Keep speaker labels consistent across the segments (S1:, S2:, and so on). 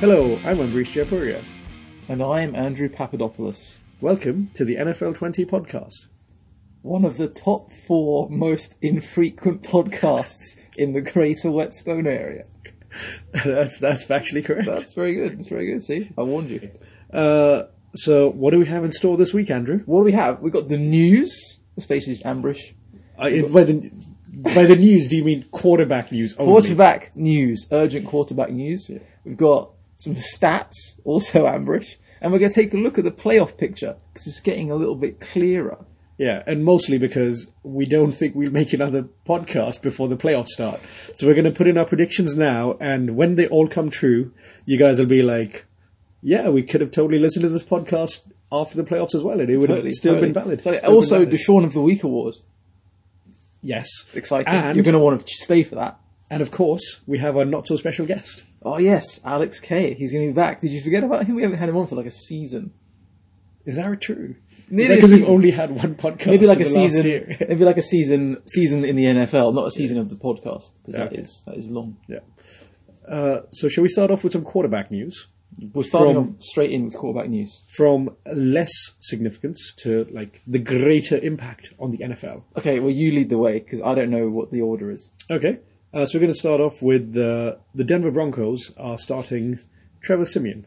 S1: Hello, I'm Ambrish Japuria.
S2: And I am Andrew Papadopoulos,
S1: Welcome to the NFL 20 podcast.
S2: one of the top four most infrequent podcasts in the greater Whetstone area.
S1: that's that's factually correct.
S2: That's very good. That's very good. See, I warned you.
S1: Uh, so, what do we have in store this week, Andrew?
S2: What do we have? We've got the news. It's basically just ambush.
S1: I, it- by the by the news, do you mean quarterback news? Only?
S2: Quarterback news. Urgent quarterback news. We've got some stats, also ambush. And we're going to take a look at the playoff picture because it's getting a little bit clearer.
S1: Yeah, and mostly because we don't think we'll make another podcast before the playoffs start. So we're going to put in our predictions now, and when they all come true, you guys will be like, "Yeah, we could have totally listened to this podcast after the playoffs as well, and it would
S2: Totally,
S1: have still
S2: totally.
S1: been valid."
S2: Totally.
S1: Still been
S2: also,
S1: valid.
S2: the Shaun of the Week award.
S1: yes,
S2: Exciting.
S1: And,
S2: You're going to want to stay for that.
S1: and of course, we have our not so special guest.
S2: Oh yes, Alex K. He's going to be back. Did you forget about him? We haven't had him on for like a season,
S1: Is that true?
S2: Nearly
S1: Is that
S2: a
S1: because we've
S2: season.
S1: only had one podcast?
S2: maybe like
S1: in
S2: a
S1: the last
S2: season,
S1: year?
S2: maybe like a season, season in the NFL, not a season of the podcast because that
S1: Okay.
S2: is that is long.
S1: yeah. Uh, so, shall we start off with some quarterback news?
S2: We're starting
S1: From-
S2: off straight in with quarterback news.
S1: from less significance to like the greater impact on the NFL.
S2: Okay, well you lead the way because I don't know what the order is.
S1: Okay, uh, so we're going to start off with the the Denver Broncos are starting Trevor Simeon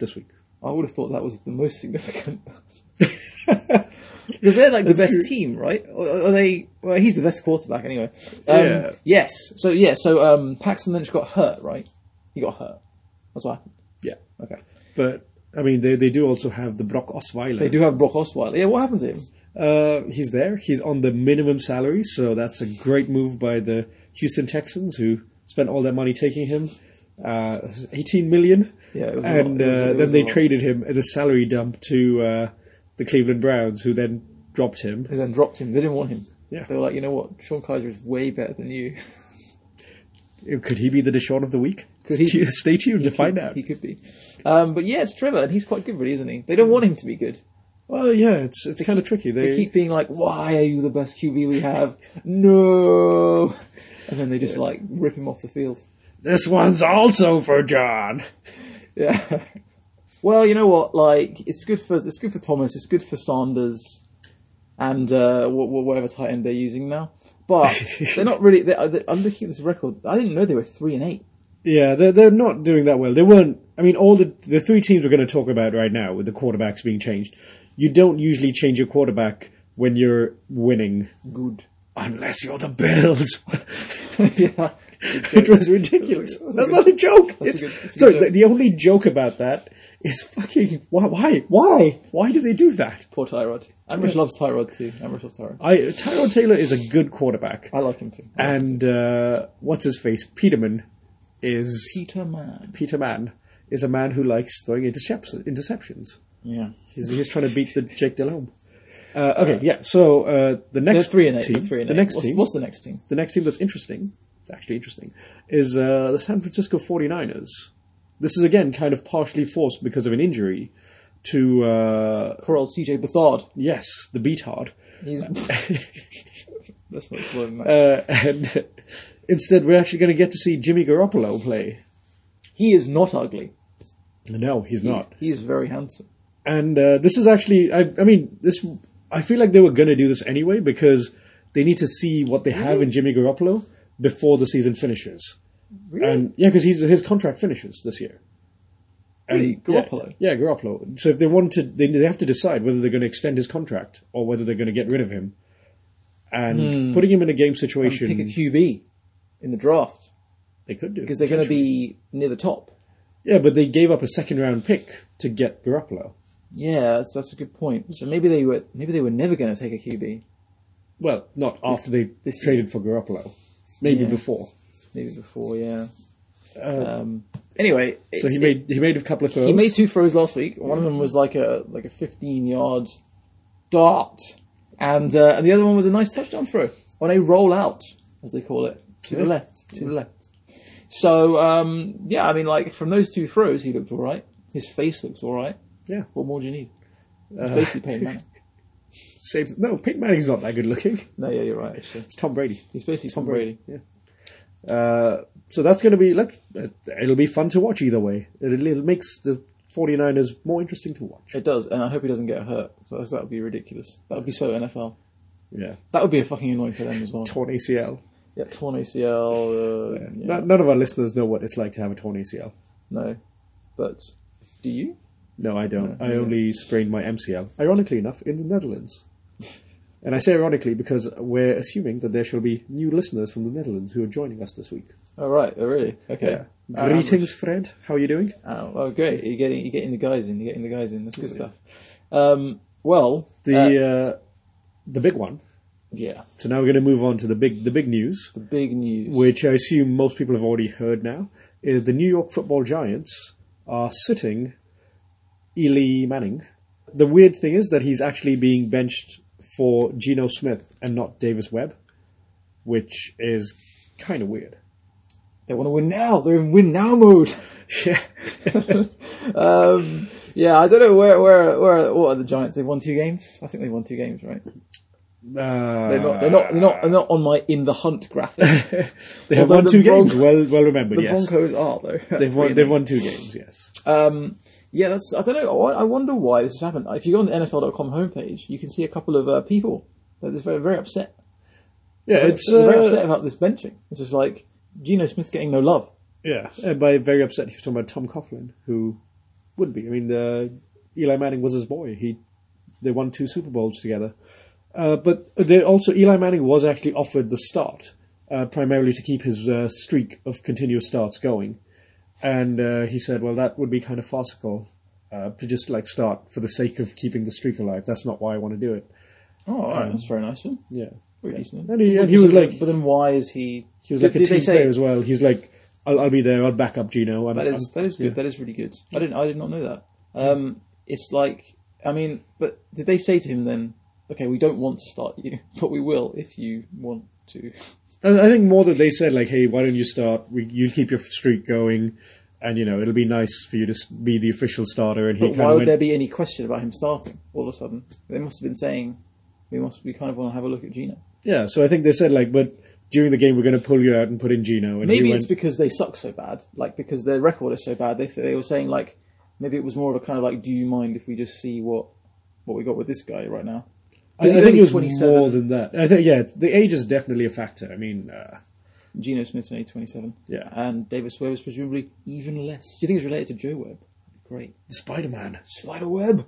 S1: this week.
S2: I would have thought that was the most significant because they're like the best
S1: true.
S2: team, right? Or are they? Well, he's the best quarterback anyway. Um,
S1: Yeah.
S2: Yes. So yeah. So um, Paxton Lynch got hurt, right? He got hurt. That's why.
S1: Yeah,
S2: Okay.
S1: but I mean they they do also have the Brock Osweiler.
S2: They do have Brock Osweiler. Yeah, what happened to him?
S1: Uh, he's there. He's on the minimum salary, so that's a great move by the Houston Texans who spent all their money taking him. Uh, 18 million.
S2: Yeah, it was a lot.
S1: and
S2: It was-
S1: uh,
S2: it was
S1: then
S2: a
S1: they
S2: lot.
S1: traded him at a salary dump to uh, the Cleveland Browns, who then dropped him.
S2: They then dropped him. They didn't want him.
S1: Yeah.
S2: They were like, you know what? Sean Kaiser is way better than you.
S1: Could he be the Deshaun of the week?
S2: Could he-
S1: Stu- Stay tuned to find
S2: He-
S1: out.
S2: He could be. Um, but yeah, it's Trevor, and he's quite good, really, isn't he? They don't want him to be good.
S1: Well, yeah, it's it's kind of tricky. They,
S2: They keep being like, why are you the best QB we have? no! And then they just like rip him off the field.
S1: this one's also for John.
S2: Yeah. well, you know what? Like, it's good for it's good for Thomas. It's good for Sanders, and uh, wha- wha- whatever tight end they're using now. But they're not really. They're, they're- I'm looking at this record. I didn't know they were three and eight.
S1: Yeah, they're they're not doing that well. They weren't. I mean, all the the three teams we're going to talk about right now, with the quarterbacks being changed, you don't usually change your quarterback when you're winning,
S2: Good.
S1: unless you're the Bills.
S2: yeah.
S1: it was ridiculous.
S2: That's a
S1: That's
S2: good-
S1: not a joke.
S2: that's a
S1: It's-
S2: good- that's a
S1: sorry,
S2: good
S1: the, the only joke about that is fucking why why why why do they do that?
S2: Poor Tyrod. Amrish loves Tyrod too. Amrish loves Tyrod.
S1: I Tyrod Taylor is a good quarterback,
S2: I like him too.
S1: and uh, what's his face Peterman is
S2: Peter Man.
S1: Peter Mann is a man who likes throwing interceps- interceptions.
S2: Yeah.
S1: He's, he's trying to beat the Jake Delhomme. Uh, okay, yeah. So uh, the next
S2: They're three and eight.
S1: team,
S2: they're Three and
S1: the
S2: eight.
S1: next
S2: what's,
S1: team,
S2: what's the next team?
S1: the next team that's interesting, actually interesting, is uh, the San Francisco 49ers. This is again kind of partially forced because of an injury to uh,
S2: Poor old CJ Bethard.
S1: yes, the Beatard.
S2: He's. That's not slow,
S1: Uh, and instead, we're actually going to get to see Jimmy Garoppolo play.
S2: He is not ugly.
S1: No, he's not.
S2: He is very handsome.
S1: and uh, this is actually I, I mean this i feel like they were going to do this anyway because they need to see what they have in jimmy garoppolo before the season finishes
S2: Really?
S1: and yeah because his contract finishes this year
S2: Really?
S1: yeah,
S2: Garoppolo?
S1: yeah, garoppolo so if they want to they, they have to decide whether they're going to extend his contract or whether they're going to get rid of him and
S2: Hmm.
S1: putting him in a game
S2: pick a
S1: situation
S2: QB in the draft
S1: they could do
S2: because they're going to be near the top.
S1: yeah but they gave up a second round pick to get garoppolo
S2: Yeah, that's, that's a good point. So maybe they were maybe they were never going to take a QB.
S1: well not after they
S2: this year.
S1: traded for garoppolo maybe
S2: Yeah.
S1: before
S2: Maybe before, yeah.
S1: Uh,
S2: Um, anyway,
S1: So
S2: it's-
S1: he made he made a couple of throws.
S2: He made two throws last week. One of them was like a like a 15 yard dart, and uh, and the other one was a nice touchdown throw on a roll out, as they call it, to the
S1: Yeah.
S2: left, to the left. So um, yeah, I mean, like from those two throws, he looked all right. His face looks all right.
S1: Yeah.
S2: What more do you need?
S1: Uh-huh.
S2: It's basically Peyton Manning.
S1: Save, no, Peyton Manning's not that good looking.
S2: No, yeah, you're right. Actually,
S1: It's Tom Brady.
S2: he's basically Tom Brady.
S1: Yeah. Uh, so that's going to be like it'll be fun to watch either way. It, it makes the 49ers more interesting to watch.
S2: It does, and I hope he doesn't get hurt. So that would be ridiculous. That would be so NFL.
S1: Yeah,
S2: That would be a fucking annoying for them as well.
S1: torn ACL.
S2: Yeah, torn ACL. Uh, yeah,
S1: No- none of our listeners know what it's like to have a torn ACL.
S2: No, but do you?
S1: No, I don't. I only sprained my MCL. Ironically enough, in the Netherlands. And I say ironically because we're assuming that there shall be new listeners from the Netherlands who are joining us this week.
S2: Oh right, oh really? Okay. Um,
S1: Greetings, Fred. How are you doing?
S2: Oh, oh, great! You're getting you're getting the guys in. You're getting the guys in. That's good stuff. Um, well, uh,
S1: The uh, the big one.
S2: yeah,
S1: So now we're going to move on to the big the big news,
S2: the big news.
S1: which I assume most people have already heard now, is the New York Football Giants are sitting Eli Manning. The weird thing is that he's actually being benched for Geno Smith and not Davis Webb, which is kind of weird.
S2: They want to win now. They're in win now mode.
S1: Yeah.
S2: um, yeah, I don't know where where where what are the Giants? They've won two games. I think they won two games, right?
S1: Uh,
S2: They're not they're not they're not, they're not on my in the hunt graphic.
S1: they have
S2: Although
S1: won
S2: the
S1: two
S2: Bron-
S1: games. Well, well remembered.
S2: The
S1: yes,
S2: Broncos are though.
S1: they've won. They've won two games. Yes.
S2: Um, yeah, that's I don't know. I I wonder why this has happened. If you go on the NFL.com homepage, you can see a couple of uh, people that are very very upset.
S1: Yeah, it's
S2: They're very
S1: uh,
S2: upset about this benching. It's just like Geno Smith's getting no love.
S1: Yeah, and Uh, by very upset, he was talking about Tom Coughlin, who would be. I mean, uh, Eli Manning was his boy. He they won two Super Bowls together. Uh, but they also Eli Manning was actually offered the start uh, primarily to keep his uh, streak of continuous starts going, and uh, he said, "Well, that would be kind of farcical uh, to just like start for the sake of keeping the streak alive. That's not why I want to do it."
S2: Oh, that's very nice. Huh?
S1: Yeah,
S2: Very decent.
S1: And he- and he was like-
S2: but then why is he?
S1: he was like
S2: did,
S1: a
S2: did they
S1: team
S2: say-
S1: player as well. He's like, "I'll, I'll be there. I'll back up Gino." I'm,
S2: That is
S1: I'm-
S2: that is good. That is really good. I didn't I did not know that. Um, it's like I mean, but did they say to him then? Okay, we don't want to start you, but we will if you want to.
S1: I I think more that they said like, "Hey, why don't you start? We, you keep your streak going, and you know it'll be nice for you to s- be the official starter." And he
S2: But
S1: kind
S2: why
S1: of
S2: would
S1: went,
S2: there be any question about him starting all of a sudden? They must have been saying we must we kind of want to have a look at Gino.
S1: "Yeah." So I think they said like, "But during the game, we're going to pull you out and put in Gino." And he
S2: Maybe
S1: went,
S2: it's because they suck so bad, like because their record is so bad. They they were saying like maybe it was more of a kind of like, do you mind if we just see what what we got with this guy right now?
S1: I, I
S2: He's
S1: think
S2: only
S1: it was
S2: 27.
S1: more than that. I think yeah, the age is definitely a factor. I mean, uh,
S2: Gino Smith's only 27.
S1: Yeah.
S2: And Davis Webb is presumably even less. Do you think it's related to Joe Webb? Great.
S1: Spider Man.
S2: Spider Web!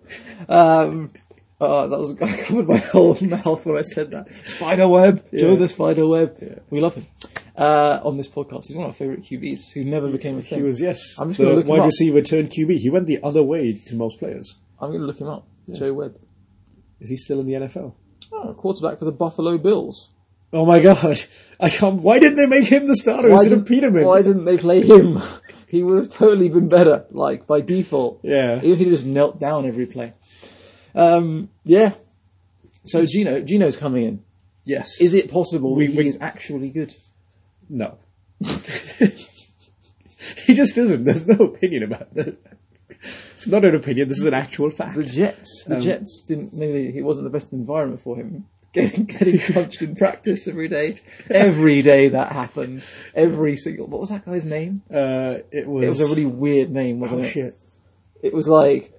S2: Um, oh, that was, I covered my whole mouth when I said that. Spider Web! Joe the Spider Web. We love him. Uh, on this podcast. He's one of our favourite QBs who never became a thing.
S1: He was yes,
S2: I'm just gonna
S1: the
S2: look him
S1: wide
S2: up.
S1: receiver turned QB. He went the other way to most players.
S2: I'm going to look him up. Joe Webb.
S1: Is he still in the NFL?
S2: Oh, quarterback for the Buffalo Bills.
S1: Oh my god! I can't. Why didn't they make him the starter instead of
S2: didn't-
S1: Peterman?
S2: why didn't they play him? he would have totally been better, like by default.
S1: Yeah.
S2: Even if he just knelt down every play. Um, yeah. So Gino, Gino's coming in.
S1: yes.
S2: Is it possible
S1: We-
S2: that he
S1: we-
S2: is actually good?
S1: No. he just isn't. There's no opinion about that. It's not an opinion. This is an actual fact.
S2: The Jets,
S1: Um,
S2: the Jets didn't. Maybe it wasn't the best environment for him. Getting, getting punched in practice every day. Every day that happened. Every single. What was that guy's name?
S1: Uh, it was.
S2: It was a really weird name, wasn't
S1: oh,
S2: it?
S1: shit.
S2: It was like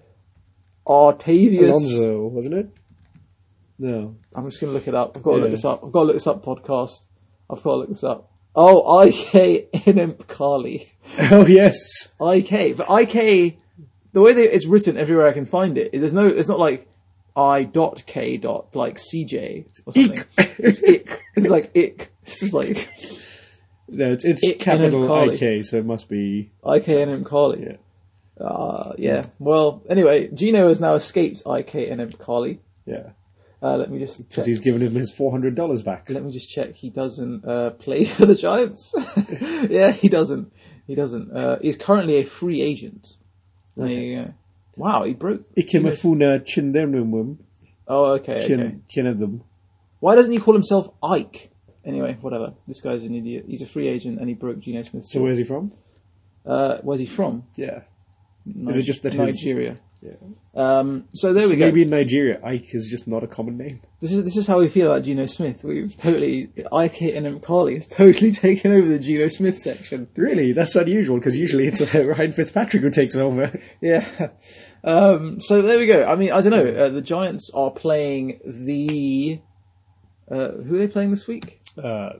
S2: Artavius.
S1: Alonso, wasn't it? No.
S2: I'm just gonna look it up. I've got to
S1: Yeah.
S2: look this up. I've got to look this up. Podcast. I've got to look this up. Oh, IK Enemp Carly.
S1: Oh yes.
S2: IK, but IK. The way that it's written everywhere I can find it, there's no. It's not like I dot K dot like CJ or something.
S1: Ick.
S2: It's ick. It's like ick. This is like
S1: No, it's, it's
S2: It-
S1: capital
S2: Carly.
S1: IK, so it must be.
S2: IK Enemp Carly.
S1: Yeah.
S2: Uh, yeah. Well, anyway, Gino has now escaped IK Enemp Carly.
S1: Yeah.
S2: Uh, let me just check.
S1: Because he's given him his four hundred dollars back.
S2: Let me just check. He doesn't uh, play for the Giants. yeah, he doesn't. He doesn't. Uh, he's currently a free agent. There you go. Wow, he broke.
S1: Ikemafuna Chindemnumum.
S2: Oh, okay, okay.
S1: Chin Chinadum.
S2: Why doesn't he call himself Ike? Anyway, whatever. This guy's an idiot. He's a free agent, and he broke Geno Smith's.
S1: So where's he from?
S2: uh, where's he from?
S1: Yeah. Is it just that his-
S2: Nigeria?
S1: Yeah.
S2: Um, so there we go.
S1: Maybe in Nigeria, Ike is just not a common name.
S2: This is this is how we feel about Geno Smith. We've totally Ike and McCarley has totally taken over the Geno Smith section.
S1: Really, that's unusual because usually it's uh, Ryan Fitzpatrick who takes over.
S2: Yeah. Um, so there we go. I mean, I don't know. Uh, the Giants are playing the. Uh, who are they playing this week?
S1: Uh,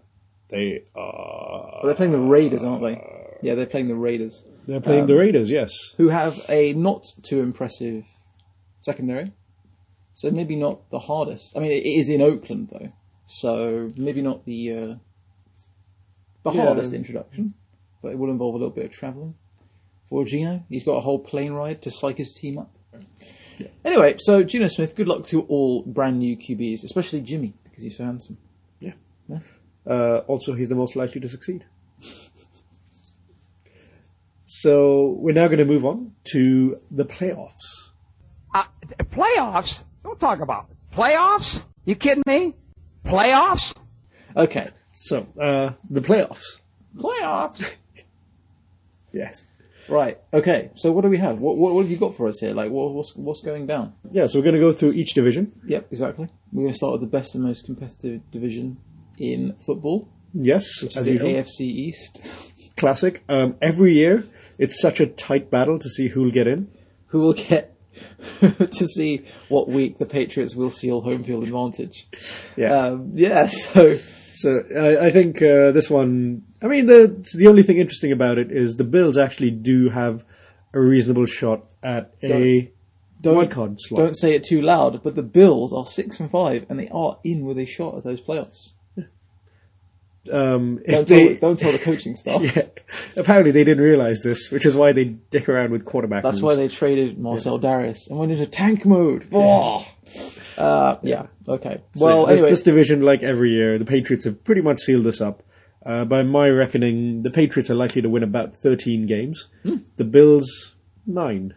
S1: they are.
S2: Oh, they're playing the Raiders, aren't they? Yeah, they're playing the Raiders,
S1: They're playing the Raiders. Yes.
S2: who have a not too impressive secondary. So maybe not the hardest. I mean, it is in Oakland though, so maybe not the uh, the
S1: Yeah.
S2: hardest introduction, but it will involve a little bit of travelling. For Gino, he's got a whole plane ride to psych his team up. Anyway, so Gino Smith, good luck to all brand new QBs, especially Jimmy because he's so handsome.
S1: Yeah.
S2: Yeah.
S1: Uh, also, he's the most likely to succeed. So we're now going to move on to the playoffs.
S3: Uh, playoffs? Don't talk about it. playoffs. You kidding me? Playoffs?
S2: Okay,
S1: So uh, the playoffs.
S2: playoffs.
S1: Yes.
S2: right. Okay. So what do we have? What, what, what have you got for us here? Like, what, what's what's going down?
S1: Yeah. So we're going to go through each division.
S2: Yep, exactly. We're going to start with the best and most competitive division in football,
S1: Yes,
S2: which
S1: as
S2: is
S1: usual.
S2: the AFC East.
S1: Classic. Um, every year, it's such a tight battle to see who'll get in.
S2: Who will get to see what week the Patriots will seal home field advantage?
S1: Yeah.
S2: Um, yeah. So
S1: So I, I think uh, this one. I mean, the the only thing interesting about it is the Bills actually do have a reasonable shot at a
S2: don't
S1: wild card slot.
S2: don't say it too loud. But the Bills are six and five, and they are in with a shot at those playoffs.
S1: um, if
S2: Don't,
S1: they,
S2: tell, don't tell the coaching staff.
S1: yeah, apparently they didn't realize this, which is why they dick around with quarterback.
S2: That's why they traded Marcel Darius and went into tank mode. Oh. Uh, yeah. Okay. Well,
S1: this,
S2: anyway,
S1: this division, like every year, the Patriots have pretty much sealed this up. Uh, by my reckoning, the Patriots are likely to win about 13 games.
S2: Hmm.
S1: The Bills, nine.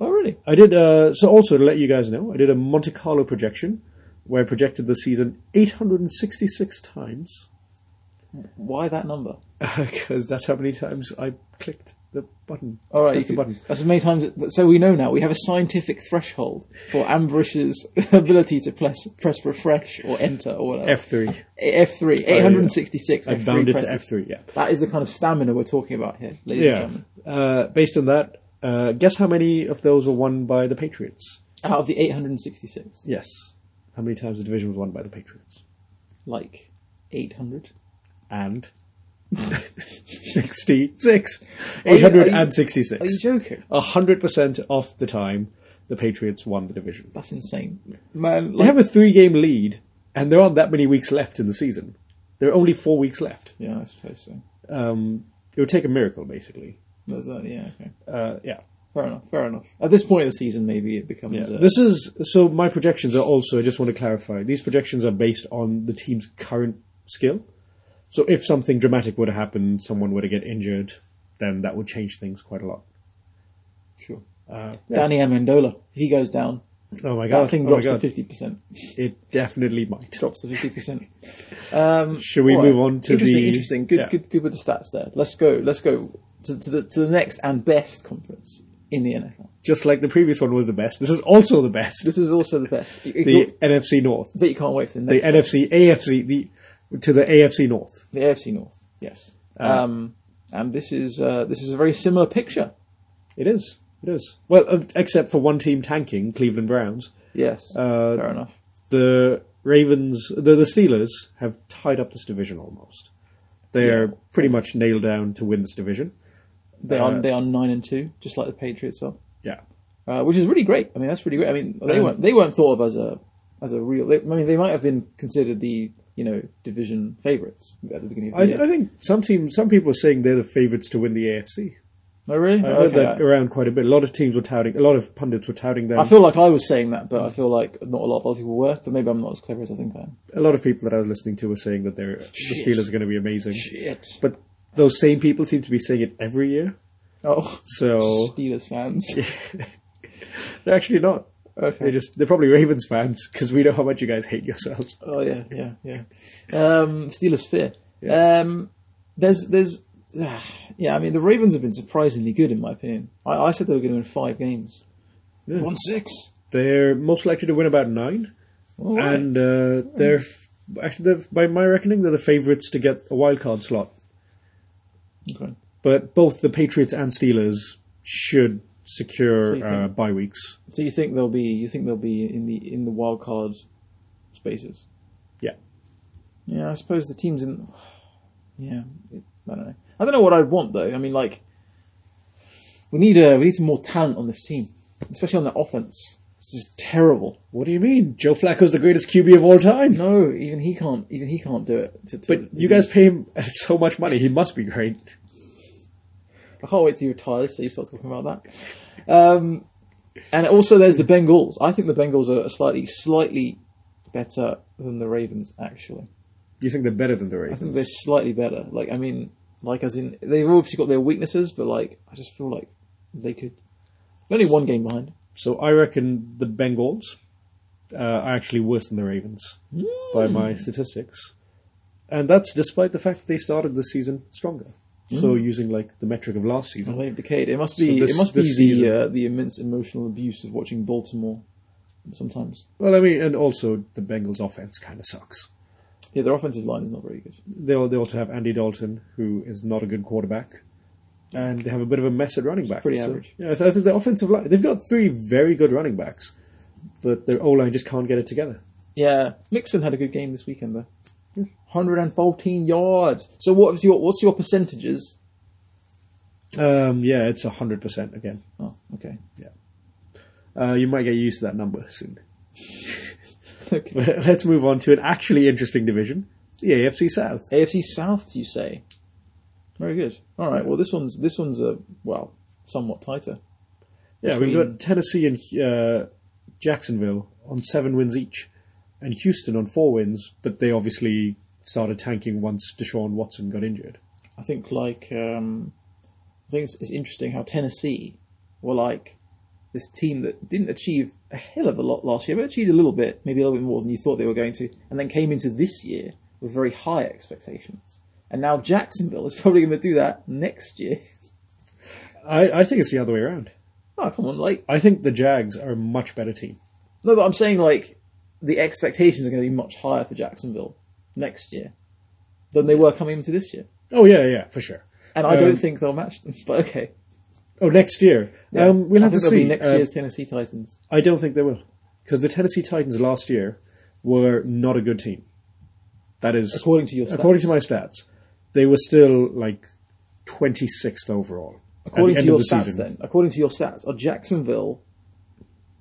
S2: oh really?
S1: I did, uh, so also to let you guys know, I did a Monte Carlo projection where I projected the season 866 times
S2: Why that number?
S1: because that's how many times I clicked the button.
S2: All right,
S1: Pressed
S2: you
S1: the
S2: could-
S1: button.
S2: that's as many times. So we know now. We have a scientific threshold for Ambush's ability to press, press refresh or enter or whatever.
S1: F3.
S2: F Oh, three, eight hundred and sixty six.
S1: I bound it to F3, yeah.
S2: That is the kind of stamina we're talking about here, ladies and
S1: Yeah.
S2: gentlemen.
S1: Uh, based on that, uh, guess how many of those were won by the Patriots?
S2: Out of the eight hundred and sixty six,
S1: Yes. How many times the division was won by the Patriots?
S2: like eight hundred.
S1: And 66.
S2: Are you- are you- Are
S1: 866.
S2: you joking?
S1: 100% of the time, the Patriots won the division.
S2: That's insane, man.
S1: They
S2: Like,
S1: have a three game lead, and there aren't that many weeks left in the season. There are only four weeks left.
S2: yeah, I suppose so.
S1: Um, it would take a miracle, basically.
S2: There's that, yeah, okay.
S1: Uh, yeah.
S2: Fair enough. Fair enough. At this point in the season, maybe it becomes.
S1: Yeah.
S2: uh,
S1: This is so. My projections are also. I just want to clarify. These projections are based on the team's current skill. So if something dramatic were to happen, someone were to get injured, then that would change things quite a lot.
S2: sure.
S1: Uh,
S2: Danny Amendola, if he goes down,
S1: Oh my god!
S2: that thing
S1: oh my
S2: drops to
S1: God.
S2: fifty percent.
S1: It definitely might.
S2: drops to fifty percent. Um,
S1: Should we
S2: all right.
S1: move on to
S2: interesting,
S1: the-
S2: interesting? Good,
S1: yeah.
S2: good, good with the stats there. Let's go. Let's go to, to the to the next and best conference in the NFL.
S1: Just like the previous one was the best. This is also the best.
S2: This is also the best. You,
S1: The
S2: you-
S1: NFC North,
S2: but you can't wait for the
S1: the
S2: next. one.
S1: NFC AFC, the to the AFC North.
S2: the AFC North. Yes. um, and this is uh, this is a very similar picture.
S1: It is. It is. Well, uh, except for one team tanking, Cleveland Browns.
S2: Yes.
S1: Uh,
S2: fair enough.
S1: the Ravens, the, the Steelers have tied up this division almost. They are
S2: Yeah.
S1: pretty much nailed down to win this division.
S2: They
S1: uh,
S2: are they are nine and two, just like the Patriots are.
S1: Yeah.
S2: uh, which is really great. I mean, that's really great. I mean, they
S1: Um,
S2: weren't they weren't thought of as a as a real. They, I mean, they might have been considered the you know division favourites at the beginning of
S1: I,
S2: the year.
S1: I think some teams, some people are saying they're the favourites to win the AFC.
S2: oh, really?
S1: I
S2: Okay,
S1: heard that
S2: I-
S1: around quite a bit. A lot of teams were touting, a lot of pundits were touting them.
S2: I feel like I was saying that, but I feel like not a lot of other people were. But maybe I'm not as clever as I think I am.
S1: a lot of people that I was listening to were saying that they're,
S2: Shit.
S1: the Steelers are going to be amazing.
S2: Shit!
S1: But those same people seem to be saying it every year.
S2: Oh,
S1: So
S2: Steelers fans.
S1: they're actually not.
S2: Okay.
S1: They're just, they're probably Ravens fans because we know how much you guys hate yourselves.
S2: Oh yeah, yeah, yeah. Um, Steelers fear. Um, there's, there's, yeah. I mean, the Ravens have been surprisingly good in my opinion. I, I said they were going to win five games, One six.
S1: They're most likely to win about nine,
S2: All right.
S1: and uh, they're
S2: Mm.
S1: f- actually they're, by my reckoning they're the favourites to get a wild card slot.
S2: Okay.
S1: But both the Patriots and Steelers should
S2: So
S1: secure
S2: you
S1: uh,
S2: think-
S1: bye weeks.
S2: So you think they'll be you think they'll be in the in the wild card spaces?
S1: Yeah.
S2: Yeah, I suppose the teams in. Yeah, it, I don't know. I don't know what I'd want though. I mean, like, we need uh, we need some more talent on this team, especially on the offense. This is terrible.
S1: What do you mean? Joe Flacco's the greatest QB of all time.
S2: No, even he can't. Even he can't do it. To, to
S1: But you guys pay him so much money; he must be great.
S2: I can't wait till you retire, so you start talking about that. Um, and also, there's the Bengals. I think the Bengals are slightly, slightly better than the Ravens. Actually,
S1: You think they're better than the
S2: I think
S1: Ravens?
S2: they're slightly better. Like, I mean, like as in, they've obviously got their weaknesses, but like, I just feel like they could. they're Only one game behind.
S1: So I reckon the Bengals uh, are actually worse than the Ravens by
S2: Hmm.
S1: my statistics, and that's despite the fact that they started the season stronger. So
S2: Hmm.
S1: using like the metric of last
S2: And
S1: season,
S2: they've decayed. It must be.
S1: So this-
S2: it must be
S1: this
S2: the
S1: season-
S2: uh, the immense emotional abuse of watching Baltimore. Sometimes,
S1: well, I mean, and also the Bengals' offense kind of sucks.
S2: yeah, their offensive line is not very good.
S1: They al- they also have Andy Dalton, who is not a good quarterback, and they have a bit of a mess at running back.
S2: pretty average.
S1: Yeah, I, th- I think the offensive line they've got three very good running backs, but their O line just can't get it together.
S2: Yeah, Mixon had a good game this weekend though. 114 yards. So what was your what's your percentages?
S1: Um, yeah, it's hundred percent again.
S2: Oh, okay.
S1: Uh, you might get used to that number soon.
S2: Okay.
S1: Let's move on to an actually interesting division, the AFC South.
S2: AFC South, you say? Very good. All right. Well, this one's this one's a well, somewhat tighter.
S1: Yeah, we've got Tennessee and uh, Jacksonville on seven wins each, and Houston on four wins, but they obviously started tanking once Deshaun Watson got injured.
S2: I think like um, I think it's, it's interesting how Tennessee were like this team that didn't achieve a hell of a lot last year, but achieved a little bit, maybe a little bit more than you thought they were going to, and then came into this year with very high expectations. And now Jacksonville is probably going to do that next year.
S1: I, I think it's the other way around.
S2: Oh come on, like
S1: I think the Jags are a much better team.
S2: no, but I'm saying like the expectations are going to be much higher for Jacksonville next year than they were coming into this year,
S1: Oh yeah, yeah, for sure.
S2: and I don't
S1: Um,
S2: think they'll match them. But okay,
S1: Oh, next year.
S2: Yeah.
S1: Um, we'll
S2: I
S1: have
S2: think
S1: to
S2: they'll
S1: see.
S2: Be next
S1: Uh,
S2: year's Tennessee Titans.
S1: I don't think they will. Because the Tennessee Titans last year were not a good team. That is
S2: According to your stats.
S1: according to my stats, they were still like twenty sixth overall. at
S2: According
S1: the
S2: to
S1: end
S2: your
S1: of the
S2: stats,
S1: season.
S2: then, according to your stats, are Jacksonville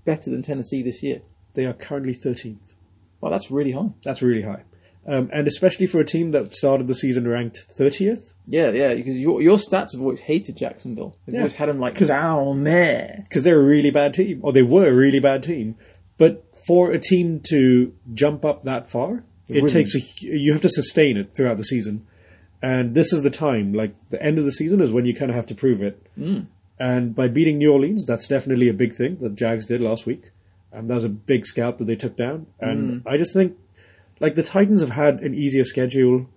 S2: better than Tennessee this year?
S1: They are currently thirteenth.
S2: Wow, that's really high.
S1: That's really high. Um, and especially for a team that started the season ranked thirtieth,
S2: Yeah, yeah, because your your stats have always hated Jacksonville. They've
S1: Yeah.
S2: always had them like down there.
S1: because they're a really bad team, or they were a really bad team. But for a team to jump up that far, it
S2: Really?
S1: takes a, hu- you have to sustain it throughout the season, and this is the time. Like the end of the season is when you kind of have to prove it. And by beating New Orleans, that's definitely a big thing that Jags did last week. And that was a big scalp that they took down. And I just think, like the Titans have had an easier schedule.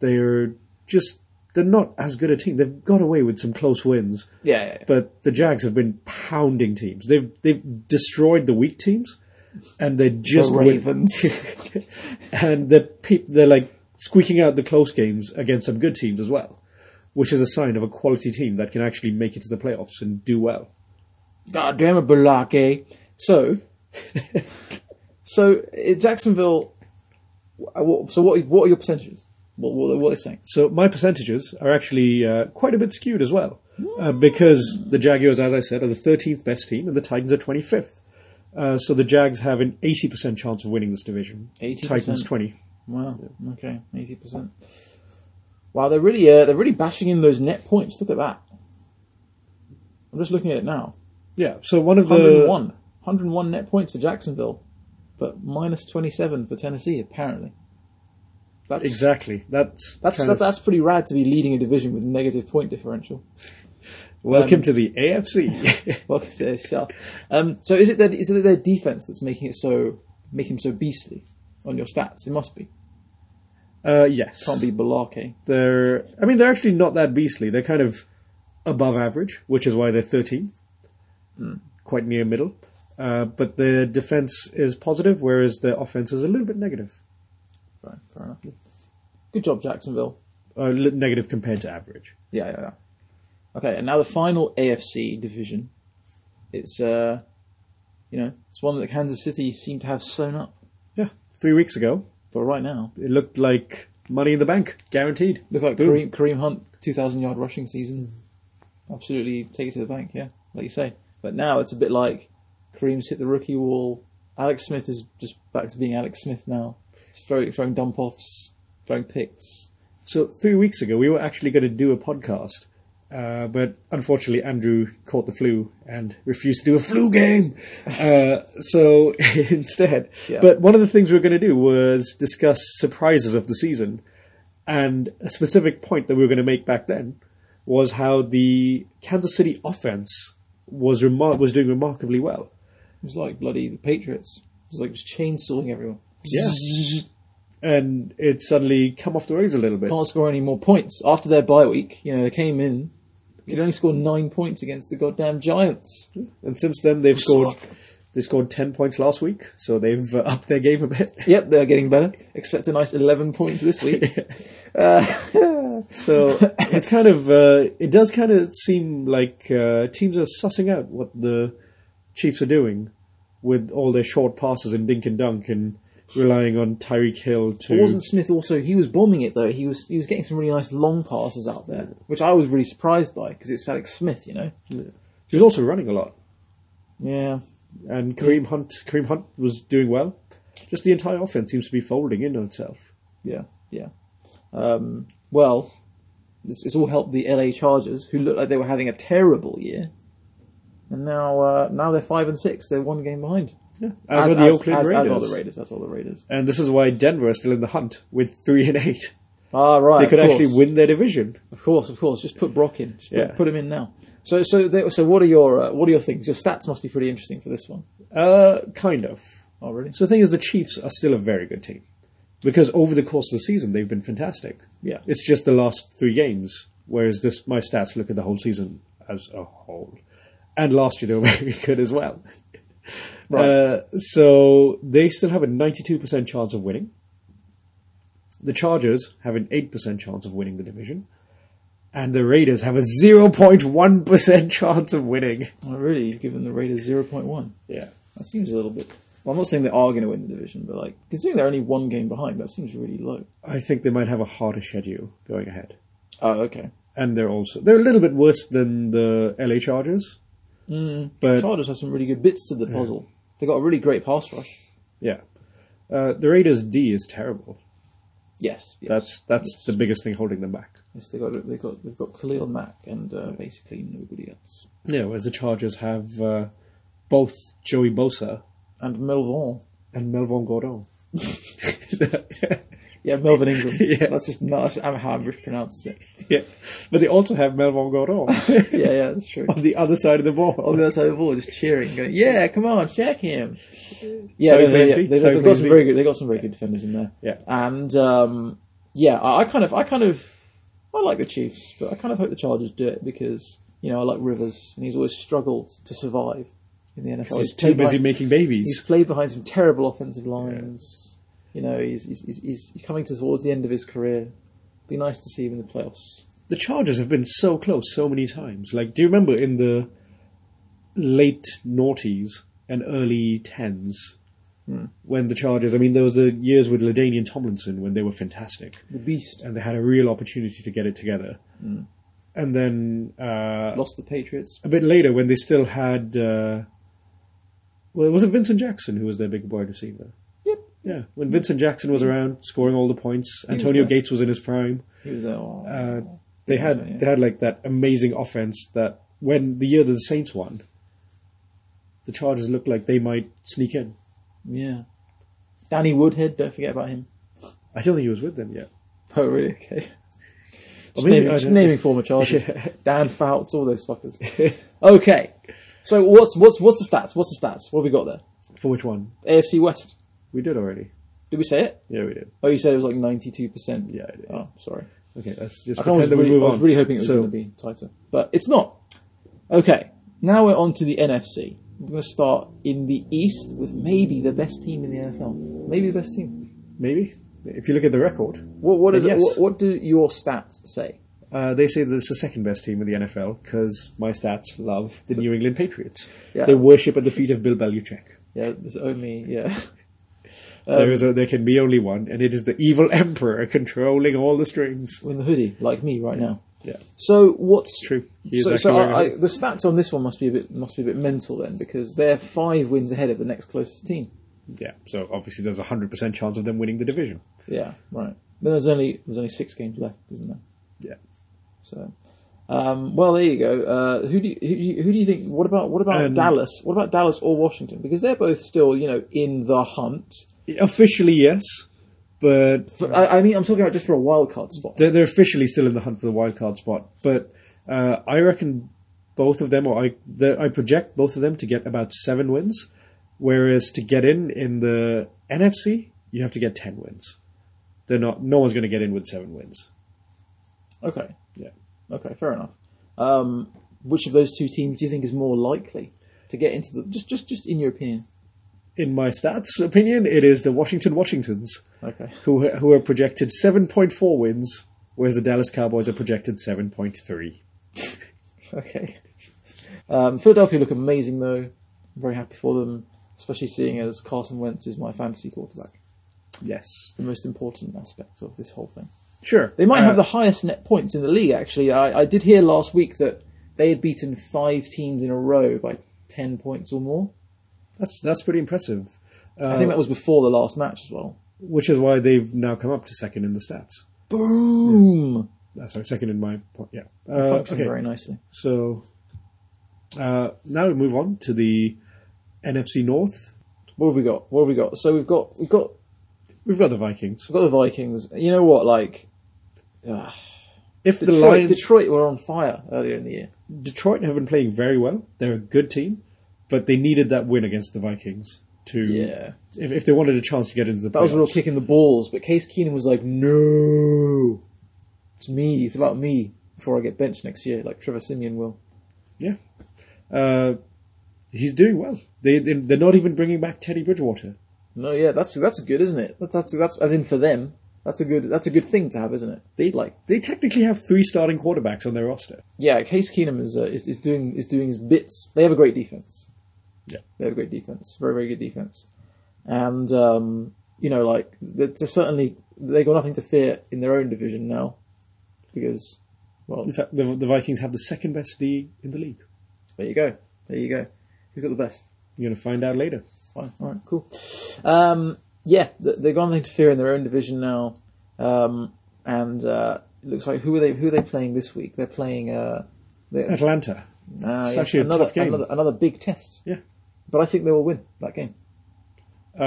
S1: They're just they're not as good a team. They've got away with some close wins.
S2: Yeah, yeah, yeah.
S1: But the Jags have been pounding teams. They've they've destroyed the weak teams, and they're just
S2: the
S1: win-
S2: Ravens.
S1: and they're peop they're like squeaking out the close games against some good teams as well, which is a sign of a quality team that can actually make it to the playoffs and do well.
S2: God damn it, Balake. So, so uh, Jacksonville. wh- what- So what? What are your percentages? What what, what are they saying?
S1: So my percentages are actually uh, quite a bit skewed as well, uh,
S2: Hmm.
S1: because the Jaguars, as I said, are the 13th best team, and the Titans are 25th. Uh, so the Jags have an 80% chance of winning this division.
S2: 80%.
S1: Titans 20.
S2: Wow. Okay, eighty percent. Wow, they're really uh, they're really bashing in those net points. Look at that. I'm just looking at it now.
S1: Yeah. So one of the
S2: 101, 101 net points for Jacksonville, but minus 27 for Tennessee. Apparently, that's
S1: Exactly. That's
S2: that's
S1: kind
S2: that,
S1: of-
S2: that's pretty rad to be leading a division with negative point differential.
S1: welcome
S2: um,
S1: to the AFC.
S2: Well, it's, uh, South. Um, so is it that is it their defense that's making it so making him so beastly on your stats? It must be.
S1: uh, yes.
S2: Can't be Balake.
S1: They're. I mean, they're
S2: Hmm.
S1: actually not that beastly. They're kind of above average, which is why they're 13. quite near middle. Uh, but the defense is positive, whereas the offense is a little bit negative.
S2: Right, fair enough. Good job, Jacksonville.
S1: Uh, li- negative compared to average.
S2: Yeah, yeah, yeah. Okay, and now the final AFC division. It's uh, you know, it's one that Kansas City seem to have sewn up.
S1: Yeah. Three weeks ago,
S2: But right now,
S1: it looked like money in the bank, guaranteed.
S2: look like
S1: Boom.
S2: Kareem, Kareem Hunt, two thousand yard rushing season. Absolutely take it to the bank, yeah, like you say. But now it's a bit like Kareem's hit the rookie wall. Alex Smith is just back to being Alex Smith now, just throwing throwing dump offs, throwing picks.
S1: So three weeks ago, we were actually going to do a podcast, uh, but unfortunately, Andrew caught the flu and refused to do a flu game. Uh, so instead,
S2: Yeah.
S1: but one of the things we were going to do was discuss surprises of the season, and a specific point that we were going to make back then was how the Kansas City offense was remar- was doing remarkably well.
S2: It was like bloody the Patriots. It was like just chainsawing everyone.
S1: Yeah. And it suddenly come off the rails a little bit.
S2: can't score any more points after their bye week. You know, they came in, could only score nine points against the goddamn Giants.
S1: And since then, they've scored.
S2: Suck.
S1: They scored ten points last week, so they've uh, upped their game a bit.
S2: Yep, they're getting better. Expect a nice eleven points this week.
S1: So it's kind of uh, it does kind of seem like uh, teams are sussing out what the Chiefs are doing with all their short passes and dink and dunk and relying on Tyreek Hill to.
S2: Wasn't Smith also? He was bombing it though. He was he was getting some really nice long passes out there, which I was really surprised by because it's Alex Smith, you know.
S1: He was also running a lot,
S2: Yeah,
S1: and Kareem Hunt. Kareem Hunt was doing well. Just the entire offense seems to be folding in on itself.
S2: yeah, yeah. Um, well, this, it's all helped the LA Chargers, who looked like they were having a terrible year, and now uh, now they're five and six. They're one game behind.
S1: Yeah. As, are the Oakland
S2: as,
S1: Raiders.
S2: As are the Raiders. As are the Raiders.
S1: And this is why Denver are still in the hunt with three and eight.
S2: Ah, right.
S1: They could
S2: of course.
S1: actually win their division.
S2: Of course, of course. Just put Brock in. Just put,
S1: Yeah.
S2: put him in now. So, so, they, so, what are your uh, what are your things? Your stats must be pretty interesting for this one.
S1: Uh, kind of.
S2: Oh, really?
S1: So the thing is, the Chiefs are still a very good team because over the course of the season they've been fantastic.
S2: Yeah.
S1: it's just the last three games. Whereas this, my stats look at the whole season as a whole, and last year they were very good as well.
S2: Right.
S1: Uh, so they still have a ninety-two percent chance of winning. The Chargers have an eight percent chance of winning the division, and the Raiders have a zero point one percent chance of winning.
S2: Oh, really? You've given the Raiders zero point one.
S1: Yeah.
S2: That seems a little bit. Well, I'm not saying they are going to win the division, but like considering they're only one game behind, that seems really low.
S1: I think they might have a harder schedule going ahead.
S2: Oh, okay.
S1: And they're also they're a little bit worse than the LA Chargers. Mm, but
S2: Chargers have some really good bits to the puzzle. They got a really great pass rush.
S1: yeah, uh, the Raiders D is terrible.
S2: Yes, yes.
S1: That's that's the biggest thing holding them back.
S2: yes, they got they got they've got Khalil Mack and uh, basically nobody else.
S1: Yeah, whereas the Chargers have uh, both Joey Bosa
S2: And Melvin.
S1: and Melvin Gordon.
S2: Yeah, Melvin Ingram.
S1: Yeah.
S2: That's just not that's how I'm mispronouncing it.
S1: yeah, but they also have Melvin Gordon
S2: Yeah, yeah, that's true.
S1: on the other side of the
S2: on
S1: ball.
S2: the other side of the ball, just cheering, going, "Yeah, come on, sack him!" Yeah,
S1: Terry
S2: they, they,
S1: Blasey,
S2: they,
S1: Terry
S2: have got some
S1: Blasey.
S2: very good. They got some very good defenders in there.
S1: Yeah.
S2: and um, yeah, I, I kind of, I kind of, I like the Chiefs, but I kind of hope the Chargers do it because you know I like Rivers, and he's always struggled to survive in the NFL.
S1: He's too
S2: played
S1: busy
S2: behind-
S1: making
S2: He's
S1: babies.
S2: played behind some terrible offensive lines. You know, he's he's, he's he's coming towards the end of his career. Be nice to see him in the playoffs.
S1: the Chargers have been so close so many times. Like, do you remember in the late noughties and early tens
S2: Hmm.
S1: when the Chargers? I mean, there was the years with Ladainian Tomlinson when they were fantastic
S2: The Beast
S1: and they had a real opportunity to get it together.
S2: Hmm.
S1: And then uh,
S2: lost the Patriots.
S1: a bit later when they still had, uh, well, was it Vincent Jackson who was their big wide receiver?
S2: Yep.
S1: Yeah, when Vincent Jackson was around, scoring all the points,
S2: was
S1: Antonio
S2: there.
S1: Gates was in his prime
S2: He was there. oh.
S1: uh, they had
S2: Yeah.
S1: they had like that amazing offense that when the year that the Saints won, the Chargers looked like they might sneak in.
S2: Yeah. Danny Woodhead, don't forget about him.
S1: I don't think he was with them yet.
S2: Oh, really? Okay. Just
S1: maybe-
S2: naming,
S1: I
S2: just
S1: don't-
S2: naming former Chargers. Dan Fouts, all those fuckers. okay. So what's what's what's the stats? What's the stats? What have we got there?
S1: For which one?
S2: AFC West.
S1: We did already.
S2: Did we say it?
S1: Yeah, we did.
S2: Oh, you said it was like ninety-two percent.
S1: Yeah, I did.
S2: Oh, sorry.
S1: Okay, let's just
S2: I, can't- I was
S1: pretend that we
S2: really,
S1: move
S2: I
S1: on.
S2: was really hoping it was
S1: So,
S2: going to be tighter, but it's not. Okay. Now we're on to the NFC. we're going to start in the East with maybe the best team in the NFL. Maybe the best team.
S1: Maybe if you look at the record,
S2: What what is
S1: Yes.
S2: it, what, what do your stats say?
S1: uh, they say that it's the second best team in the NFL because my stats love the New England Patriots.
S2: Yeah.
S1: They worship at the feet of Bill Belichick.
S2: Yeah, there's only yeah. Um,
S1: there is a, there can be only one, and it is the evil emperor controlling all the strings.
S2: We're in the hoodie, like me right now.
S1: Yeah.
S2: So what's
S1: True. He is
S2: So, so
S1: actually wearing a
S2: I, I,
S1: hoodie.
S2: the stats on this one must be a bit must be a bit mental then, because they're five wins ahead of the next closest team.
S1: Yeah. So obviously, there's a hundred percent chance of them winning the division.
S2: Yeah, right. Then there's only there's only six games left, isn't there?
S1: Yeah.
S2: So, um, well, there you go. Uh, who do you, who, do you, who do you think? What about what about
S1: Um,
S2: Dallas? What about Dallas or Washington? Because they're both still you know in the hunt.
S1: Officially, yes, but
S2: But I, I mean, I'm talking about just for a wild card spot.
S1: they're, they're officially still in the hunt for the wild card spot. But uh, I reckon both of them, or I, the, I project both of them to get about seven wins, whereas to get in in the NFC, you have to get ten wins. They're not. No one's going to get in with seven wins.
S2: Okay.
S1: Yeah.
S2: Okay. Fair enough. Um, which of those two teams do you think is more likely to get into the? Just just just in your opinion.
S1: In my stats opinion, it is the Washington Washingtons
S2: Okay.
S1: who who are projected seven point four wins, whereas the Dallas Cowboys are projected seven point three.
S2: Okay. Um, Philadelphia look amazing though. I'm very happy for them, especially seeing as Carson Wentz is my fantasy quarterback.
S1: Yes,
S2: The most important aspect of this whole thing.
S1: sure.
S2: They might
S1: Uh,
S2: have the highest net points in the league. Actually, I, I did hear last week that they had beaten five teams in a row by ten points or more.
S1: That's that's pretty impressive. Uh,
S2: I think that was before the last match as well.
S1: which is why they've now come up to second in the stats.
S2: Boom!
S1: Uh, sorry, second in my point. Yeah. Uh,
S2: Functioned
S1: okay.
S2: very nicely.
S1: So uh, now we move on to the NFC North.
S2: What have we got? What have we got? So we've got we've got
S1: We've got the Vikings.
S2: we've got the Vikings. You know what? Like ugh.
S1: If the
S2: Detroit,
S1: Lions, Detroit.
S2: Detroit were on fire earlier in the year.
S1: have been playing very well. They're a good team, but they needed that win against the Vikings to
S2: Yeah.
S1: if, if they wanted a chance to get into the
S2: That was a real
S1: playoffs.
S2: kick in the balls, but Case Keenan was like, "No, it's me. It's about me." Before I get benched next year, like Trevor Simeon will.
S1: Yeah. Uh, he's doing well. They they- they're not even bringing back Teddy Bridgewater.
S2: No, yeah, that's that's good, isn't it? That, that's that's as in for them. That's a good that's a good thing to have, isn't it?
S1: They
S2: like
S1: they technically have three starting quarterbacks on their roster.
S2: yeah, Case Keenum is, uh, is is doing is doing his bits. They have a great defense.
S1: Yeah.
S2: they have a great defense, very very good defense, and um, you know like they're, they're certainly they got nothing to fear in their own division now because well
S1: In fact, the, the Vikings have the second best D in the league.
S2: there you go there you go who's got the best
S1: You're going to find out later.
S2: Fine. All right. Cool. Um, yeah, th- they've got nothing to fear in their own division now, um, and uh, it looks like who are they? Who are they playing this week? They're playing uh, they're,
S1: Atlanta.
S2: uh,
S1: it's
S2: yes,
S1: actually a
S2: another,
S1: tough game.
S2: another another big test.
S1: Yeah.
S2: But I think they will win that game.
S1: Uh,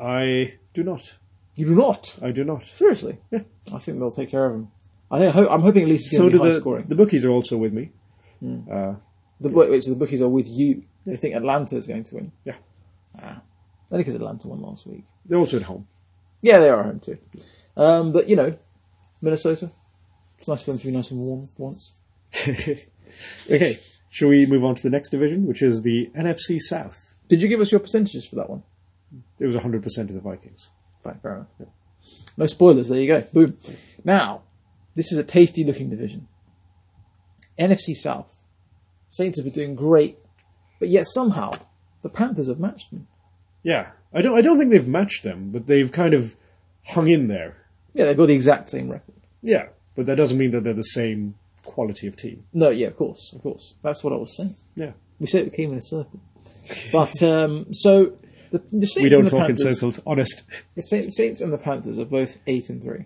S1: I do not.
S2: You do not
S1: I do not.
S2: seriously. Yeah. I think they'll take care of them. I think, ho- I'm hoping at least it's
S1: So
S2: going to
S1: do
S2: be high
S1: the
S2: scoring.
S1: the bookies are also with me.
S2: Hmm.
S1: Uh,
S2: The, wait, wait, so the bookies are with you. They think Atlanta is going to win.
S1: Yeah.
S2: Ah. Only because Atlanta won last week.
S1: They're also at home.
S2: Yeah, they are home too. Um, but you know, Minnesota. It's nice for them to be nice and warm once.
S1: okay. Shall we move on to the next division, which is the NFC South?
S2: Did you give us your percentages for that one?
S1: It was 100% of the Vikings.
S2: Fine, fair enough. No spoilers. There you go. Boom. Now, this is a tasty looking division. NFC South. Saints have been doing great, but yet somehow the Panthers have matched them.
S1: Yeah. I don't, I don't think they've matched them, but they've kind of hung in there.
S2: Yeah, they've got the exact same record.
S1: Yeah. But that doesn't mean that they're the same quality of team.
S2: No, yeah, of course, of course. That's what I was saying.
S1: Yeah.
S2: We said it came in a circle. But um, so the, the Saints
S1: We don't
S2: and the
S1: talk in
S2: Panthers,
S1: circles. Honest.
S2: The Sa- Saints and the Panthers are both eight and three.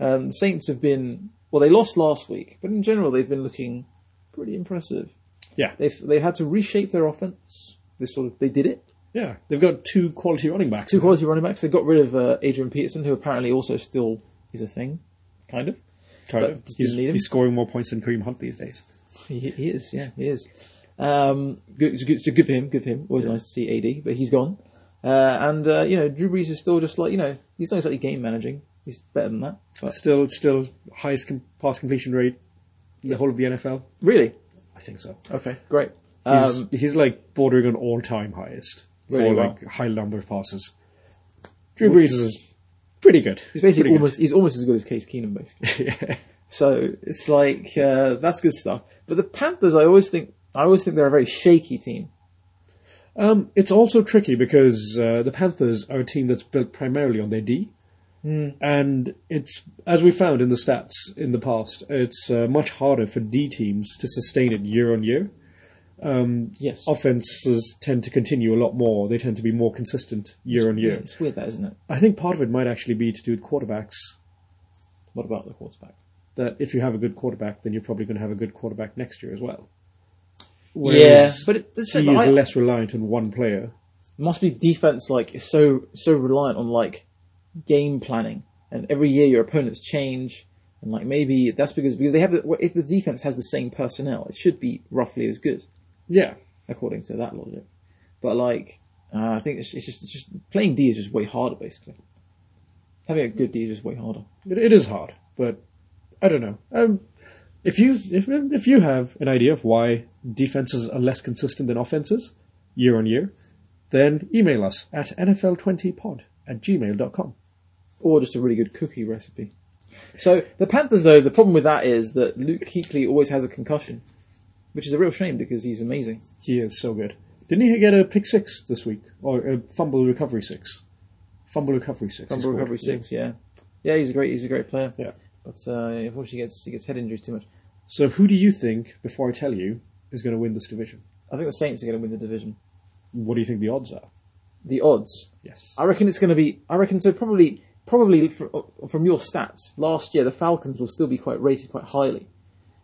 S2: Um, Saints have been well. They lost last week, but in general, they've been looking pretty impressive.
S1: Yeah.
S2: They've they had to reshape their offense. They sort of they did it.
S1: Yeah. They've got two quality running backs.
S2: Two quality running backs. They got rid of uh, Adrian Peterson, who apparently also still is a thing, kind of.
S1: Kind
S2: but
S1: of.
S2: just
S1: He's,
S2: didn't need him.
S1: he's scoring more points than Kareem Hunt these days.
S2: He, he is, yeah, he is. Um, good, it's good, so good for him. Good for him. Always nice to see AD, but he's gone. Uh, and uh, you know, Drew Brees is still just like you know, he's not exactly game managing. He's better than that. But
S1: Still, still highest com- pass completion rate in the whole of the NFL.
S2: really,
S1: I think so.
S2: Okay, great.
S1: He's,
S2: Um,
S1: he's like bordering on all time highest for
S2: Really well.
S1: like high number of passes. Drew Brees is pretty good.
S2: He's basically
S1: Pretty
S2: almost he's almost as good as Case Keenum, basically. So it's like uh, that's good stuff. But the Panthers, I always think I always think they're a very shaky team.
S1: good. Um, it's also tricky because uh, the Panthers are a team that's built primarily on their D,
S2: Hmm.
S1: and it's as we found in the stats in the past, it's uh, much harder for D teams to sustain it year on year.
S2: Yes,
S1: Offenses tend to continue a lot more; they tend to be more consistent year on year.
S2: it's weird that isn't it?
S1: I think part of it might actually be to do with quarterbacks.
S2: What about the quarterback?
S1: that if you have a good quarterback, then you're probably going to have a good quarterback next year as well.
S2: yeah, but it, it's,
S1: he
S2: but
S1: is
S2: I-
S1: less reliant on one player.
S2: must be defense like is so so reliant on like game planning and every year your opponents change and like maybe that's because because they have the, if the defense has the same personnel it should be roughly as good
S1: Yeah,
S2: according to that logic but like uh, I think it's, it's just it's just playing D is just way harder basically having a good D is just way harder
S1: it, it is hard, but I don't know. Um, if you if if you have an idea of why defenses are less consistent than offenses year on year, then email us at nfl20pod at gmail.com.
S2: or just a really good cookie recipe so the Panthers though the problem with that is that Luke Keekley always has a concussion which is a real shame because he's amazing
S1: He is so good. Didn't he get a pick six this week or a fumble recovery six? Fumble recovery six. he
S2: Fumble
S1: scored.
S2: recovery six, yeah. yeah, He's a great, he's a great player.
S1: Yeah.
S2: but uh, unfortunately, he gets he gets head injuries too much.
S1: So who do you think, before I tell you, is going to win this division?
S2: I think the Saints are going to win the division.
S1: What do you think the odds are?
S2: The odds,
S1: Yes.
S2: I reckon it's going to be. I reckon so. Probably, probably fr- from your stats last year, the Falcons will still be quite rated quite highly.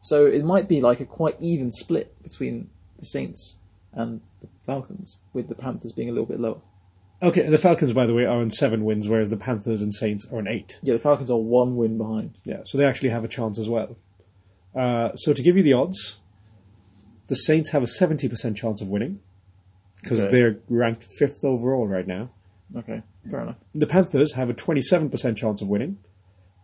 S2: So it might be like a quite even split between the Saints and the Falcons, with the Panthers being a little bit lower.
S1: Okay, the Falcons, by the way, are on seven wins, whereas the Panthers and Saints are on eight.
S2: Yeah, the Falcons are one win behind.
S1: Yeah, so they actually have a chance as well. Uh, so to give you the odds, the Saints have a 70% chance of winning because
S2: Okay.
S1: they're ranked fifth overall right now.
S2: Okay, fair enough.
S1: The Panthers have a 27% chance of winning.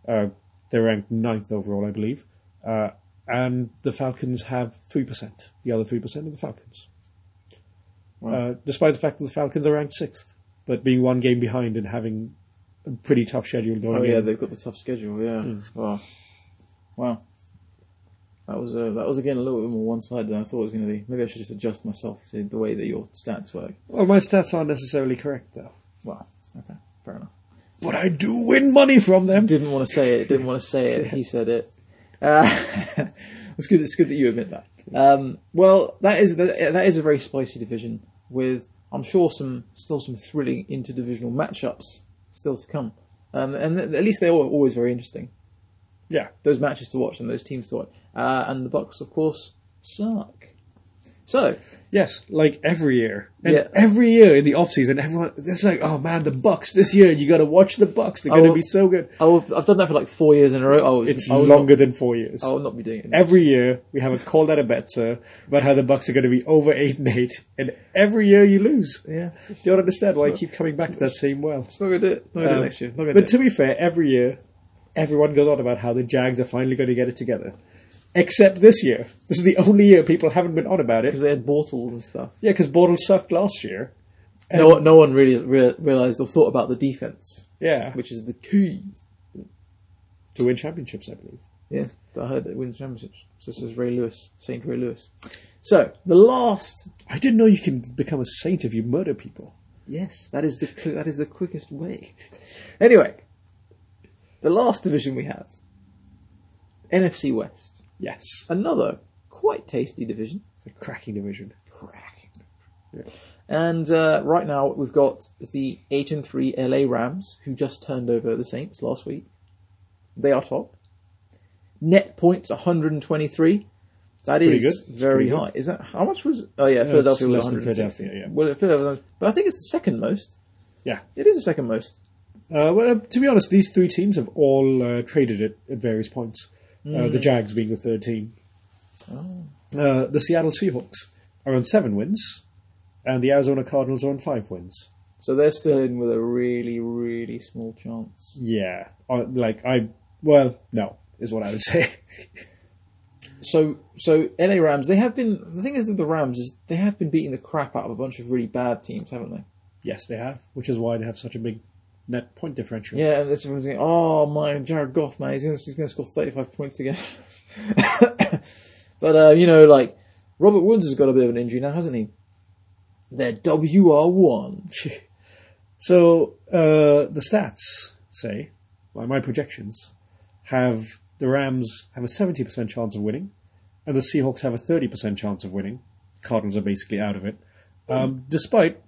S1: Uh, they're ranked ninth overall, I believe. Uh, and the Falcons have 3%. The other 3% are the Falcons.
S2: Wow.
S1: Uh, despite the fact that the Falcons are ranked sixth, but being one game behind and having a pretty tough schedule going
S2: Oh yeah,
S1: in.
S2: they've got the tough schedule. Yeah. Wow. Wow. That was uh, that was again a little bit more one sided than I thought it was going to be. Maybe I should just adjust myself to the way that your stats work.
S1: Well, my stats aren't necessarily correct, though.
S2: Wow. Okay. Fair enough.
S1: But I do win money from them.
S2: Didn't want to say it. Didn't want to say it. He said it. Uh, it's good. It's good that you admit that. Um, well, that is that, that is a very spicy division with I'm sure some still some thrilling interdivisional matchups still to come. Um, and at least they're al- always very interesting.
S1: Yeah.
S2: those matches to watch and those teams to watch. Uh, and the Bucks, of course, suck. So
S1: Yes, like every year. And
S2: Yeah.
S1: every year in the offseason, everyone, it's like, oh man, the Bucks this year, you gotta watch the Bucks, they're
S2: I
S1: gonna
S2: will-
S1: be so good.
S2: I will, I've done that for like four years in a row. I will,
S1: It's
S2: I will
S1: longer than four years.
S2: Not, I will not be doing it.
S1: Every year, we have a call out a bet, sir, about how the Bucks are going to be over 8 and 8, and every year you lose.
S2: Yeah.
S1: Don't understand why I keep coming back to that same well.
S2: It's not going to do it. Not going to do
S1: Um,
S2: it next year. Not going to
S1: but
S2: do
S1: to
S2: it.
S1: be fair, every year, everyone goes on about how the Jags are finally going to get it together. Except this year. This is the only year people haven't been on about it.
S2: Because they had Bortles and stuff.
S1: Yeah, because Bortles sucked last year.
S2: No, one- no one really re- realized or thought about the defense,
S1: Yeah,
S2: which is the key.
S1: to win championships, I believe.
S2: Yeah, I heard that wins championships. So this is Ray Lewis, Saint Ray Lewis. So the last,
S1: I didn't know you can become a saint if you murder people.
S2: yes, that is the cl- that is the quickest way. Anyway, the last division we have, NFC West.
S1: Yes,
S2: another quite tasty division.
S1: the cracking division.
S2: And uh, right now we've got the eight and three LA Rams, who just turned over the Saints last week. They are top. Net points 123. That
S1: pretty
S2: is
S1: good. It's
S2: very
S1: pretty good.
S2: high. Is that how much was? Oh yeah, Philadelphia was
S1: less than
S2: 160.
S1: Philadelphia, yeah.
S2: Well, Philadelphia, but I think it's the second most.
S1: Yeah.
S2: It is the second most.
S1: Uh, well, to be honest, these three teams have all uh, traded it at various points. Uh, the Jags being the third team. Uh, the Seattle Seahawks are on seven wins, and the Arizona Cardinals are on five wins.
S2: So they're still in with a really, really small chance.
S1: Yeah, uh, like I, well, no, is what I would say.
S2: So so LA Rams they have been the thing is with the Rams is they have been beating the crap out of a bunch of really bad teams, haven't they?
S1: Yes, they have, which is why they have such a big net point differential.
S2: Yeah, and this everyone's going, oh my, Jared Goff, man, he's going he's to score 35 points again. but, uh, you know, like, Robert Woods has got a bit of an injury now, hasn't he? They're WR1.
S1: So uh, the stats say, by my projections, have the Rams have a seventy percent chance of winning, and the Seahawks have a thirty percent chance of winning. Cardinals are basically out of it, um, despite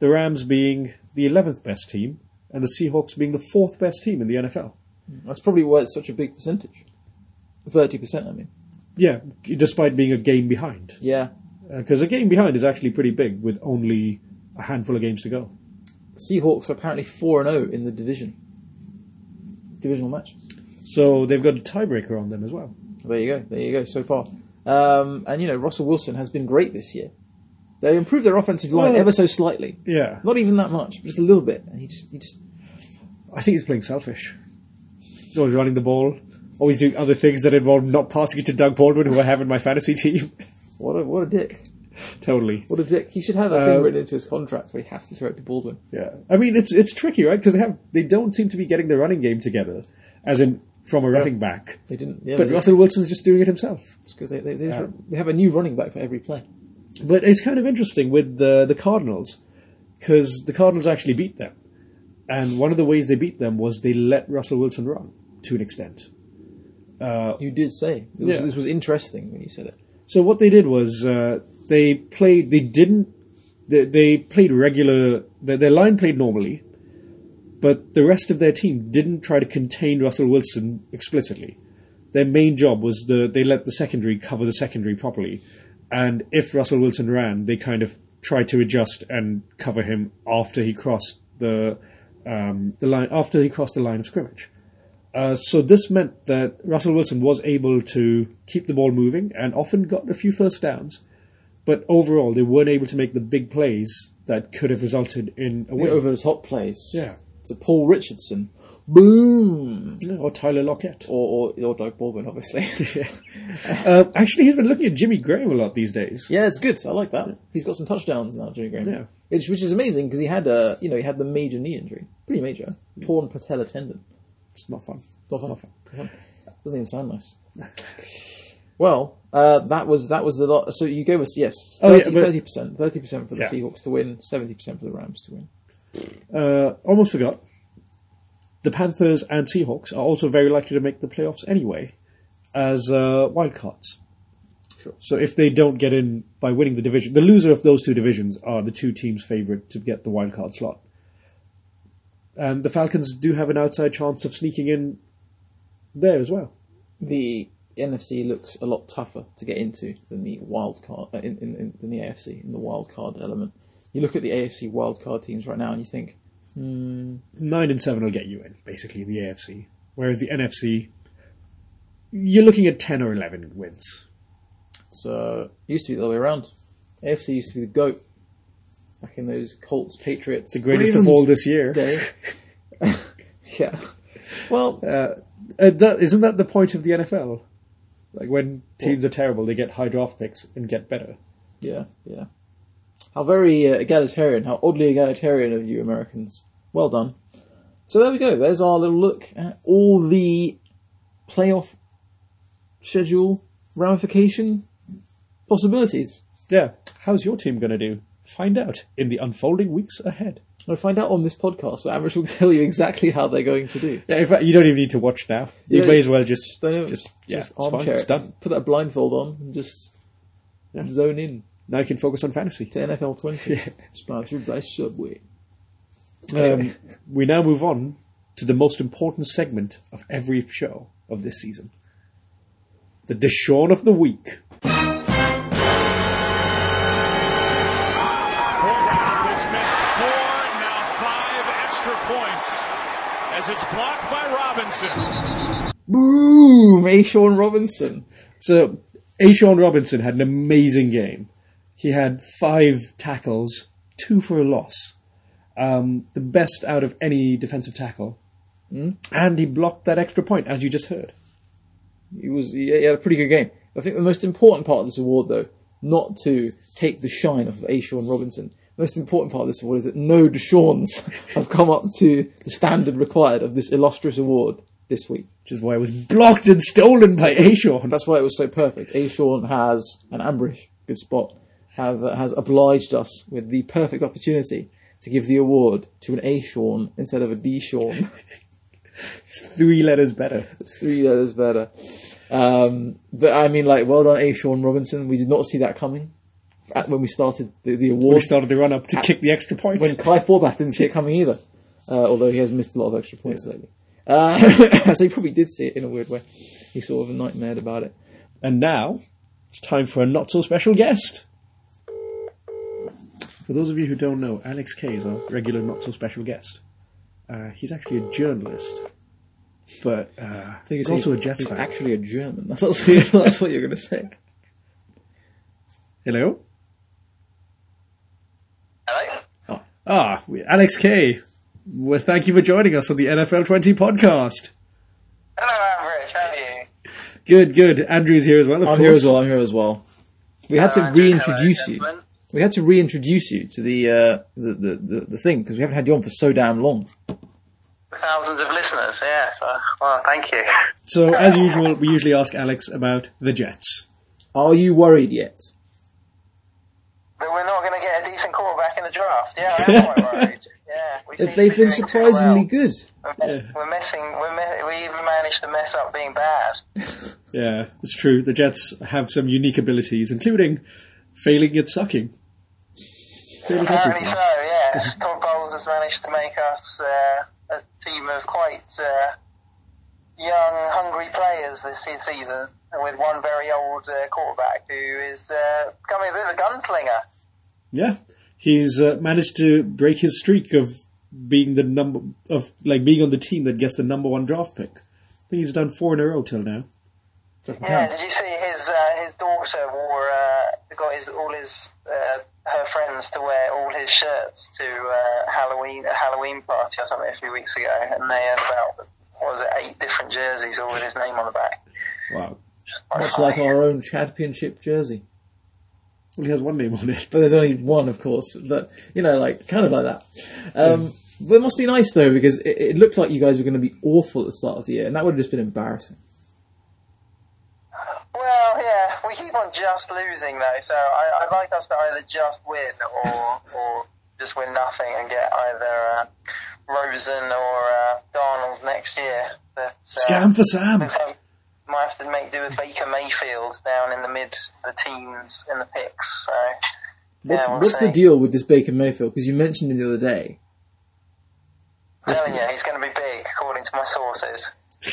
S1: the Rams being the eleventh best team and the Seahawks being the fourth best team in the NFL.
S2: That's probably why it's such a big percentage. 30%, I mean.
S1: Yeah, despite being a game behind,
S2: Yeah.
S1: because a game behind is actually pretty big with only a handful of games to go.
S2: Seahawks are apparently 4 0 in the division. Divisional match.
S1: So they've got a tiebreaker on them as well.
S2: There you go. There you go. So far. Um, and, you know, Russell Wilson has been great this year. They improved their offensive line
S1: Well-
S2: ever so slightly.
S1: Yeah,
S2: Not even that much, just a little bit. And he just, he just
S1: I think he's playing selfish. He's always running the ball, always doing other things that involve not passing it to Doug Baldwin, who I have in my fantasy team.
S2: What a what a dick!
S1: totally.
S2: What a dick! He should have a thing
S1: Um,
S2: written into his contract where he has to throw it to Baldwin.
S1: Yeah, I mean it's it's tricky, right? Because they have they don't seem to be getting the running game together, as in from a running back.
S2: They didn't. Yeah,
S1: But
S2: they-
S1: Russell Wilson's just doing it himself.
S2: it's 'cause they, they, they, they have a new running back for every play.
S1: But it's kind of interesting with the the Cardinals because the Cardinals actually beat them, and one of the ways they beat them was they let Russell Wilson run to an extent.
S2: You did say It was-
S1: Yeah.
S2: this was interesting when you said it.
S1: So what they did was uh, they played. They didn't. They, they played regular. Their, their line played normally, but the rest of their team didn't try to contain Russell Wilson explicitly. Their main job was the. They let the secondary cover the secondary properly, and if Russell Wilson ran, they kind of tried to adjust and cover him after he crossed the um, the line after he crossed the line of scrimmage. Uh, so this meant that Russell Wilson was able to keep the ball moving and often got a few first downs, but overall they weren't able to make the big plays that could have resulted in a
S2: The
S1: win.
S2: over the top plays.
S1: Yeah.
S2: to Paul Richardson, boom,
S1: or Tyler Lockett.
S2: or or, or Doug Baldwin, obviously.
S1: Um, actually, he's been looking at Jimmy Graham a lot these days.
S2: yeah, it's good. I like that. He's got some touchdowns now, Jimmy Graham.
S1: Yeah.
S2: Which, which is amazing because he had a you know he had the major knee injury, pretty major, torn patella tendon.
S1: It's not fun.
S2: Not fun. Doesn't even sound nice. well, uh, that was that was the lot. So you gave us yes,
S1: Oh, yeah, but-
S2: thirty percent, thirty percent for the
S1: Yeah.
S2: Seahawks to win, seventy percent for the Rams to win.
S1: Uh, almost forgot. The Panthers and Seahawks are also very likely to make the playoffs anyway, as uh, wildcards.
S2: Sure.
S1: So if they don't get in by winning the division, the loser of those two divisions are the two teams favourite to get the wildcard slot. And the Falcons do have an outside chance of sneaking in there as well.
S2: The NFC looks a lot tougher to get into than the wild card uh, in, in, in than the AFC in the wild card element. You look at the AFC wild card teams right now, and you think
S1: Nine and seven will get you in, basically, in the AFC. Whereas the NFC, you're looking at ten or eleven wins.
S2: so. it Used to be the other way around. AFC used to be the goat back in those Colts, Patriots,
S1: The greatest of
S2: Ravens
S1: all this year.
S2: day. yeah. Well,
S1: Uh, that, isn't that the point of the NFL? Like when teams are terrible, they get high draft picks and get better.
S2: Yeah, yeah. How very uh, egalitarian, how oddly egalitarian of you Americans. Well done. So there we go. There's our little look at all the playoff schedule ramification possibilities.
S1: Yeah. How's your team going to do? Find out in the unfolding weeks ahead.
S2: We'll find out on this podcast where Average will tell you exactly how they're going to do.
S1: Yeah, in fact, you don't even need to watch now. You
S2: Yeah.
S1: may as well just,
S2: Just don't know.
S1: Just-
S2: Just,
S1: yeah, it's fine,
S2: armchair.
S1: it's done.
S2: Put that blindfold on and just
S1: Yeah.
S2: zone in
S1: now you can focus on fantasy.
S2: to NFL 20. Sponsored by Subway.
S1: Um, we now move on to the most important segment of every show of this season. The Deshaun of the Week.
S4: Fourth tackles missed four, now five extra points as it's blocked by Robinson.
S2: Boom! A. Sean Robinson.
S1: So, Ashawn Robinson had an amazing game. He had five tackles, two for a loss, um, the best out of any defensive tackle.
S2: Hmm?
S1: And he blocked that extra point, as you just heard.
S2: he was he had a pretty good game. I think the most important part of this award, though, not to take the shine off of A. Sean Robinson. The most important part of this award is that no Deshaun's have come up to the standard required of this illustrious award this week.
S1: Which is why it was blocked and stolen by Ashorn.
S2: That's why it was so perfect. A. Sean has an Ambrish, good spot, have uh, has obliged us with the perfect opportunity to give the award to an A. Sean instead of a D. Sean.
S1: It's three letters better.
S2: It's three letters better. Um, but I mean, like, well done, A. Sean Robinson. We did not see that coming at, when we started the, the
S1: We
S2: award.
S1: started the run up to kick the extra point.
S2: uh, when Kai Forbath didn't see it coming either, uh, although he has missed a lot of extra points lately. Uh, so he probably did see it in a weird way. He sort of nightmared about it.
S1: And now it's time for a not so special guest. For those of you who don't know, Alex K is our regular not so special guest. Uh, he's actually a journalist, but uh, I think he's also a Jets
S2: He's
S1: fan.
S2: actually a German. That's what, you- that's what you're going to say.
S1: Hello.
S5: Hello?
S1: Ah, we- Alex K. Well, thank you for joining us on the NFL 20 podcast.
S5: Hello, Ambrish. How are you?
S1: Good, good. Andrew's here as well. Of
S2: I'm
S1: course.
S2: here as well. I'm here as well. We had to
S5: Hello, Andrew.
S2: reintroduce
S5: Hello,
S2: you.
S5: gentlemen.
S2: We had to reintroduce you to the uh, the, the, the the thing because we haven't had you on for so damn long.
S5: Thousands of listeners, yeah. So, well, thank you.
S1: So, as usual, we usually ask Alex about the Jets.
S2: Are you worried yet?
S5: But we're not going to get a decent quarterback in the draft. Yeah, I am quite worried. Yeah, we seem to be
S2: They've been
S5: doing too
S2: surprisingly
S5: well.
S2: good.
S5: We're, mess- we're messing. We're me- we even managed to mess up being bad.
S1: Yeah, it's true. The Jets have some unique abilities, including failing at sucking. Failing at
S5: Apparently
S1: everything.
S5: so. Yes, Todd Bowles has managed to make us uh, a team of quite uh, young, hungry players this se- season, with one very old uh, quarterback who is uh, becoming a bit of a gunslinger.
S1: Yeah, he's uh, managed to break his streak of being the number of like being on the team that gets the number one draft pick. I think he's done four in a row till now.
S5: Yeah, did you see his uh, his daughter wore uh, got his all his uh, her friends to wear all his shirts to uh, Halloween a Halloween party or something a few weeks ago, and they had about what was it eight different jerseys all with his name on the back.
S1: Wow.
S2: Much like our own championship jersey.
S1: Well, he has one name on it.
S2: But there's only one, of course. But you know, like kind of like that. Um,
S1: Mm.
S2: But it must be nice though, because it, it looked like you guys were going to be awful at the start of the year, and that would have just been embarrassing.
S5: Well, yeah, we keep on just losing though, so I, I'd like us to either just win or or just win nothing and get either uh, Rosen or uh, Donald next year. But, uh,
S1: Scam for Sam.
S5: Looks like might have to make do with Baker Mayfield down in the mid, the teens in the picks. So
S2: What's,
S5: yeah, we'll
S2: what's
S5: see.
S2: the deal with this Baker Mayfield? Because you mentioned him the other day.
S5: I'm telling you, he's going to be big, according to my sources.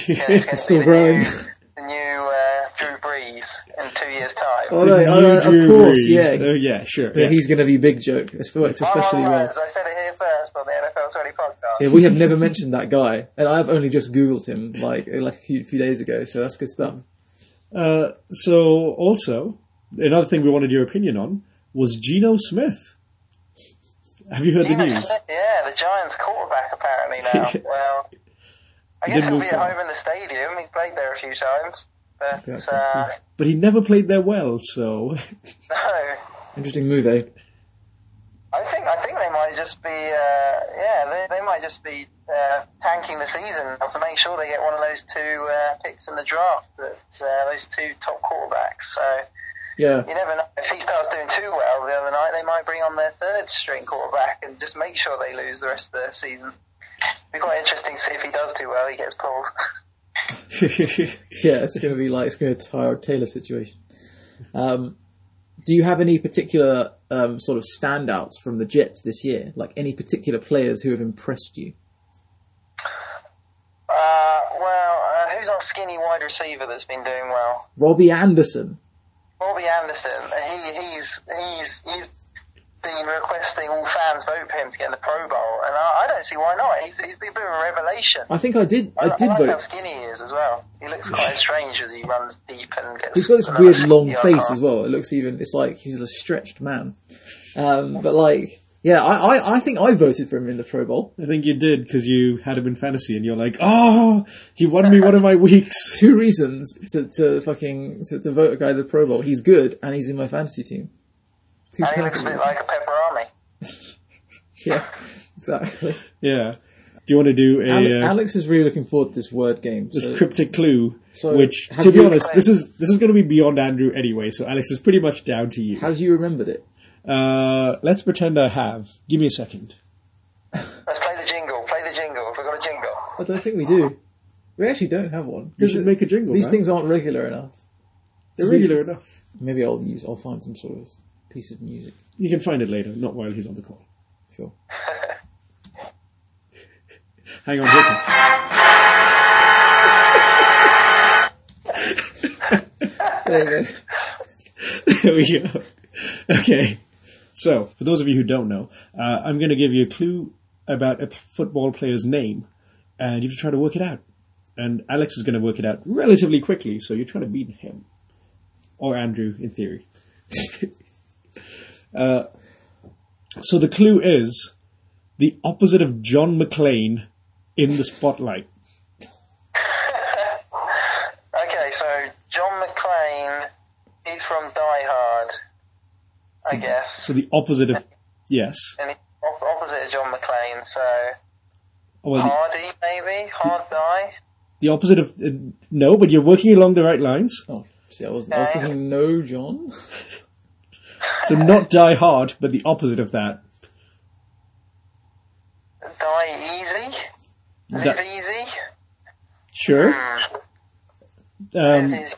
S5: Yeah, he's gonna
S1: He's
S2: still
S5: be the
S2: growing.
S5: New, the new uh, Drew Brees in two years' time.
S2: Oh, no, oh, no, of course, yeah.
S1: Oh, yeah, sure.
S2: Yeah,
S1: Yeah.
S2: he's going to be big joke. It works
S5: My
S2: especially
S5: one
S2: well.
S5: was, Oh, I said it here first on the NFL 20 podcast.
S2: Yeah, we have never mentioned that guy, and I've only just googled him like like a few, few days ago. So that's good stuff.
S1: Uh, so, also, another thing we wanted your opinion on was Geno Smith. Have you heard
S5: Geno
S1: the news?
S5: Smith, yeah, the Giants' quarterback apparently now. well, I guess
S1: did
S5: he'll
S1: move
S5: be at
S1: on.
S5: home in the stadium. He's played there a few times, but
S2: Exactly.
S5: uh,
S1: But he never played there well, so
S5: no.
S2: Interesting move, eh?
S5: I think I think they might just be uh, yeah they, they might just be uh, tanking the season now to make sure they get one of those two uh, picks in the draft that uh, those two top quarterbacks. So
S2: Yeah.
S5: you never know if he starts doing too well the other night they might bring on their third string quarterback and just make sure they lose the rest of the season. Be quite interesting to see if he does do well he gets pulled.
S2: Yeah, it's going to be like it's going to be a Tyrod Taylor situation. Um, do you have any particular um, sort of standouts from the Jets this year? Like any particular players who have impressed you?
S5: uh, well, uh, who's our skinny wide receiver that's been doing well?
S2: Robbie Anderson.
S5: Bobby Anderson, he, he's he's he's been requesting all fans vote for him to get in the Pro Bowl, and I, I don't see why not. He's he's been a bit of a revelation.
S2: I think I did. I
S5: li-
S2: did
S5: like how
S2: vote.
S5: skinny he is as well. He looks quite strange as he runs deep and gets.
S2: He's got this
S5: another
S2: weird long
S5: 60-yard
S2: face
S5: pass.
S2: as well. It looks even. It's like he's a stretched man. Um, but like Yeah, I, I, I think I voted for him in the Pro Bowl.
S1: I think you did because you had him in fantasy, and you're like, "Oh, he won me one of my weeks."
S2: Two reasons to, to fucking to, to vote a guy to the Pro Bowl. He's good and he's in my fantasy team. Two
S5: And he looks a
S2: perfect
S5: bit
S2: reasons.
S5: like
S2: yeah,
S5: a pepperoni.
S2: exactly.
S1: Yeah. Do you want to do a
S2: Ale-
S1: uh,
S2: Alex is really looking forward to this word game.
S1: this
S2: so-
S1: cryptic clue?
S2: so
S1: which,
S2: have
S1: to be
S2: you-
S1: honest, this is this is going to be beyond Andrew anyway. So Alex is pretty much down to you.
S2: How have you remembered it?
S1: Uh, let's pretend I have. Give me a second.
S5: Let's play the jingle. Play the jingle. Have we got a jingle?
S2: I don't think we do. We actually don't have one.
S1: You should make a jingle.
S2: These
S1: man.
S2: things aren't regular enough.
S1: It's regular enough.
S2: Maybe I'll use. I'll find some sort of piece of music.
S1: You can find it later, not while he's on the call.
S2: Sure.
S1: Hang on, Jacob.
S2: There you go.
S1: there we go. Okay. So, for those of you who don't know, uh, I'm going to give you a clue about a p- football player's name, and you have to try to work it out. And Alex is going to work it out relatively quickly, so you're trying to beat him. Or Andrew, in theory. uh, so the clue is the opposite of John McClane in the spotlight.
S5: Okay, so John McClane, he's from Die Hard, I guess.
S1: So the opposite of yes.
S5: And he's op- opposite of John McClane, so
S1: Well, the-
S5: Hardy maybe? Hard Die?
S1: the opposite of uh, no, but you're working along the right lines.
S2: Oh, see, I was, I was thinking, no, John.
S1: So not Die Hard, but the opposite of that.
S5: Die Easy? Live
S1: That-
S5: Easy?
S1: Sure. Um,
S5: Live is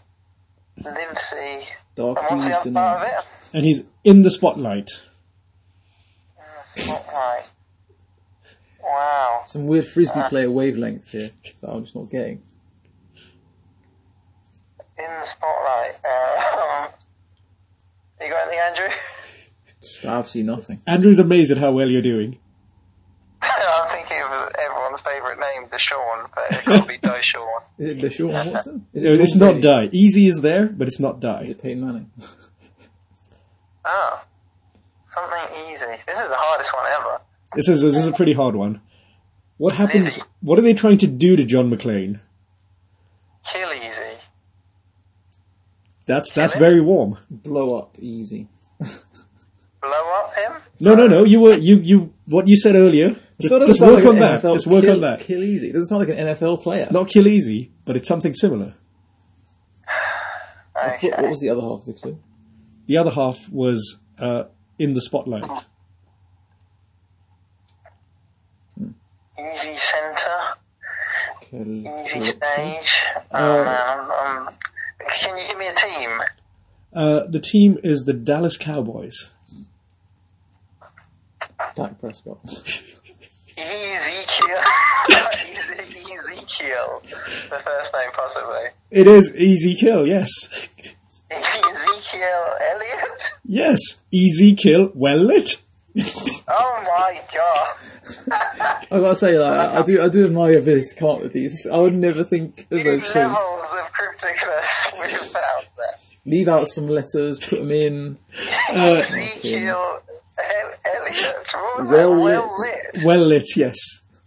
S5: Live See.
S2: Dark
S5: And
S2: Deeds
S5: what's the other part of
S2: Denied.
S5: it?
S1: and he's in the spotlight.
S5: Spotlight. Wow.
S2: Some weird frisbee player wavelength here that I'm just not getting.
S5: In the spotlight. Um, you got anything, Andrew?
S2: I absolutely nothing.
S1: Andrew's amazed at how well you're doing.
S5: I'm thinking of everyone's favourite name, Deshaun, but it could be Deshaun.
S2: Is it Deshaun Watson? Is
S1: It's
S2: Tom
S1: not Die.
S2: Brady?
S1: Easy is there, but it's not
S2: Is
S1: Die.
S2: it Peyton Manning?
S5: Oh, something easy. This is the hardest one ever.
S1: This is this is a pretty hard one. What happens?
S5: Lizzie.
S1: What are they trying to do to John McClane?
S5: Kill easy.
S1: That's that's very warm.
S2: Blow up easy.
S5: Blow up him?
S1: No, no, no. You were you you what you said earlier. Just,
S2: So it doesn't
S1: just
S2: sound
S1: work
S2: like
S1: on
S2: an
S1: that.
S2: NFL
S1: Just work
S2: kill,
S1: on that.
S2: Kill easy. It doesn't sound like an NFL player.
S1: Not kill easy, but it's something similar.
S5: Okay.
S2: What, what was the other half of the clue?
S1: The other half was uh, in the spotlight.
S5: Easy centre.
S2: Kill-
S5: Easy
S2: kill-
S5: stage.
S2: Uh,
S5: Oh, man. I'm, I'm, can you give me a team?
S1: Uh, the team is the Dallas Cowboys.
S2: Dak Prescott.
S5: Easy kill. easy, easy kill. The first name, possibly.
S1: It is easy kill, yes.
S5: Ezekiel Elliott?
S1: Yes, easy kill, well lit.
S5: Oh my god.
S2: I gotta say, like, I, I do, I do admire your ability to come up with these. I would never think of
S5: Two
S2: those clues.
S5: levels of crypticness we've found there.
S2: Leave out some letters, put them in.
S5: Ezekiel El- Elliott. What was
S2: Well
S5: that? Well
S2: lit.
S5: lit.
S1: Well lit, yes.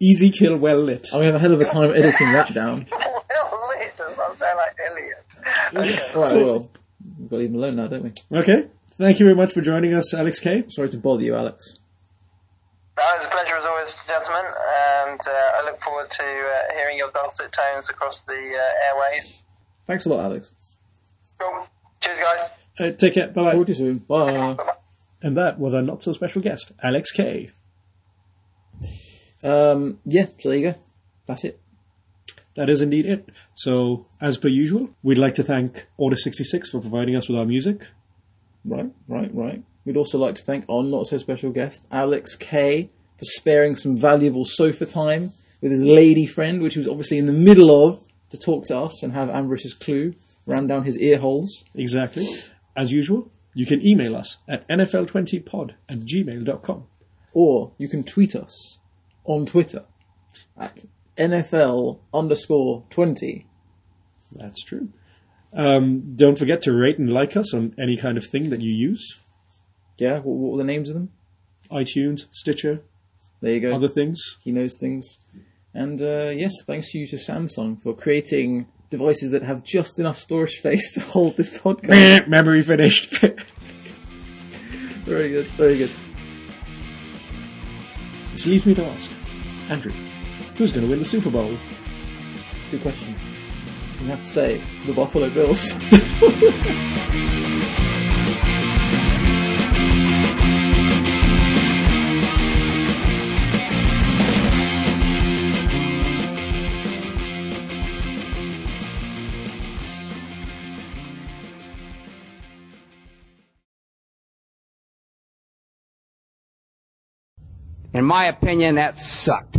S1: Easy kill, well lit.
S2: I'm gonna have a hell of a time editing that down.
S5: Well lit does not sound like Elliot. Okay.
S2: Alright,
S1: So-
S2: well, we've got to leave him alone now, don't we?
S1: Okay, thank you very much for joining us, Alex K.
S2: Sorry to bother you, Alex.
S5: That was a pleasure as always, gentlemen, and uh, I look forward to uh, hearing your dulcet tones across the uh, airways.
S2: Thanks a lot, Alex.
S5: Cool. Cheers, guys.
S1: Uh, take care, bye
S2: Talk
S1: bye.
S2: to you soon. Bye.
S1: And that was our not so special guest, Alex K.
S2: Um, yeah, so there you go. That's it.
S1: That is indeed it. So, as per usual, we'd like to thank Order66 for providing us with our music.
S2: Right, right, right. We'd also like to thank our not so special guest, Alex K, for sparing some valuable sofa time with his lady friend, which he was obviously in the middle of, to talk to us and have Ambrose's clue ram down his ear holes.
S1: Exactly. As usual, you can email us at nfl20pod at gmail.com.
S2: Or you can tweet us on Twitter at NFL underscore 20.
S1: That's true. Um, don't forget to rate and like us on any kind of thing that you use.
S2: Yeah, what, what were the names of them?
S1: iTunes, Stitcher,
S2: There you go.
S1: other things.
S2: he knows things. And uh, yes, thanks to you to Samsung for creating devices that have just enough storage space to hold this podcast.
S1: Meh, Memory finished.
S2: very good, very good.
S1: Which leaves me to ask, Andrew, who's going to win the Super Bowl?
S2: It's a good question. You have to say the Buffalo Bills.
S3: In my opinion, that sucked.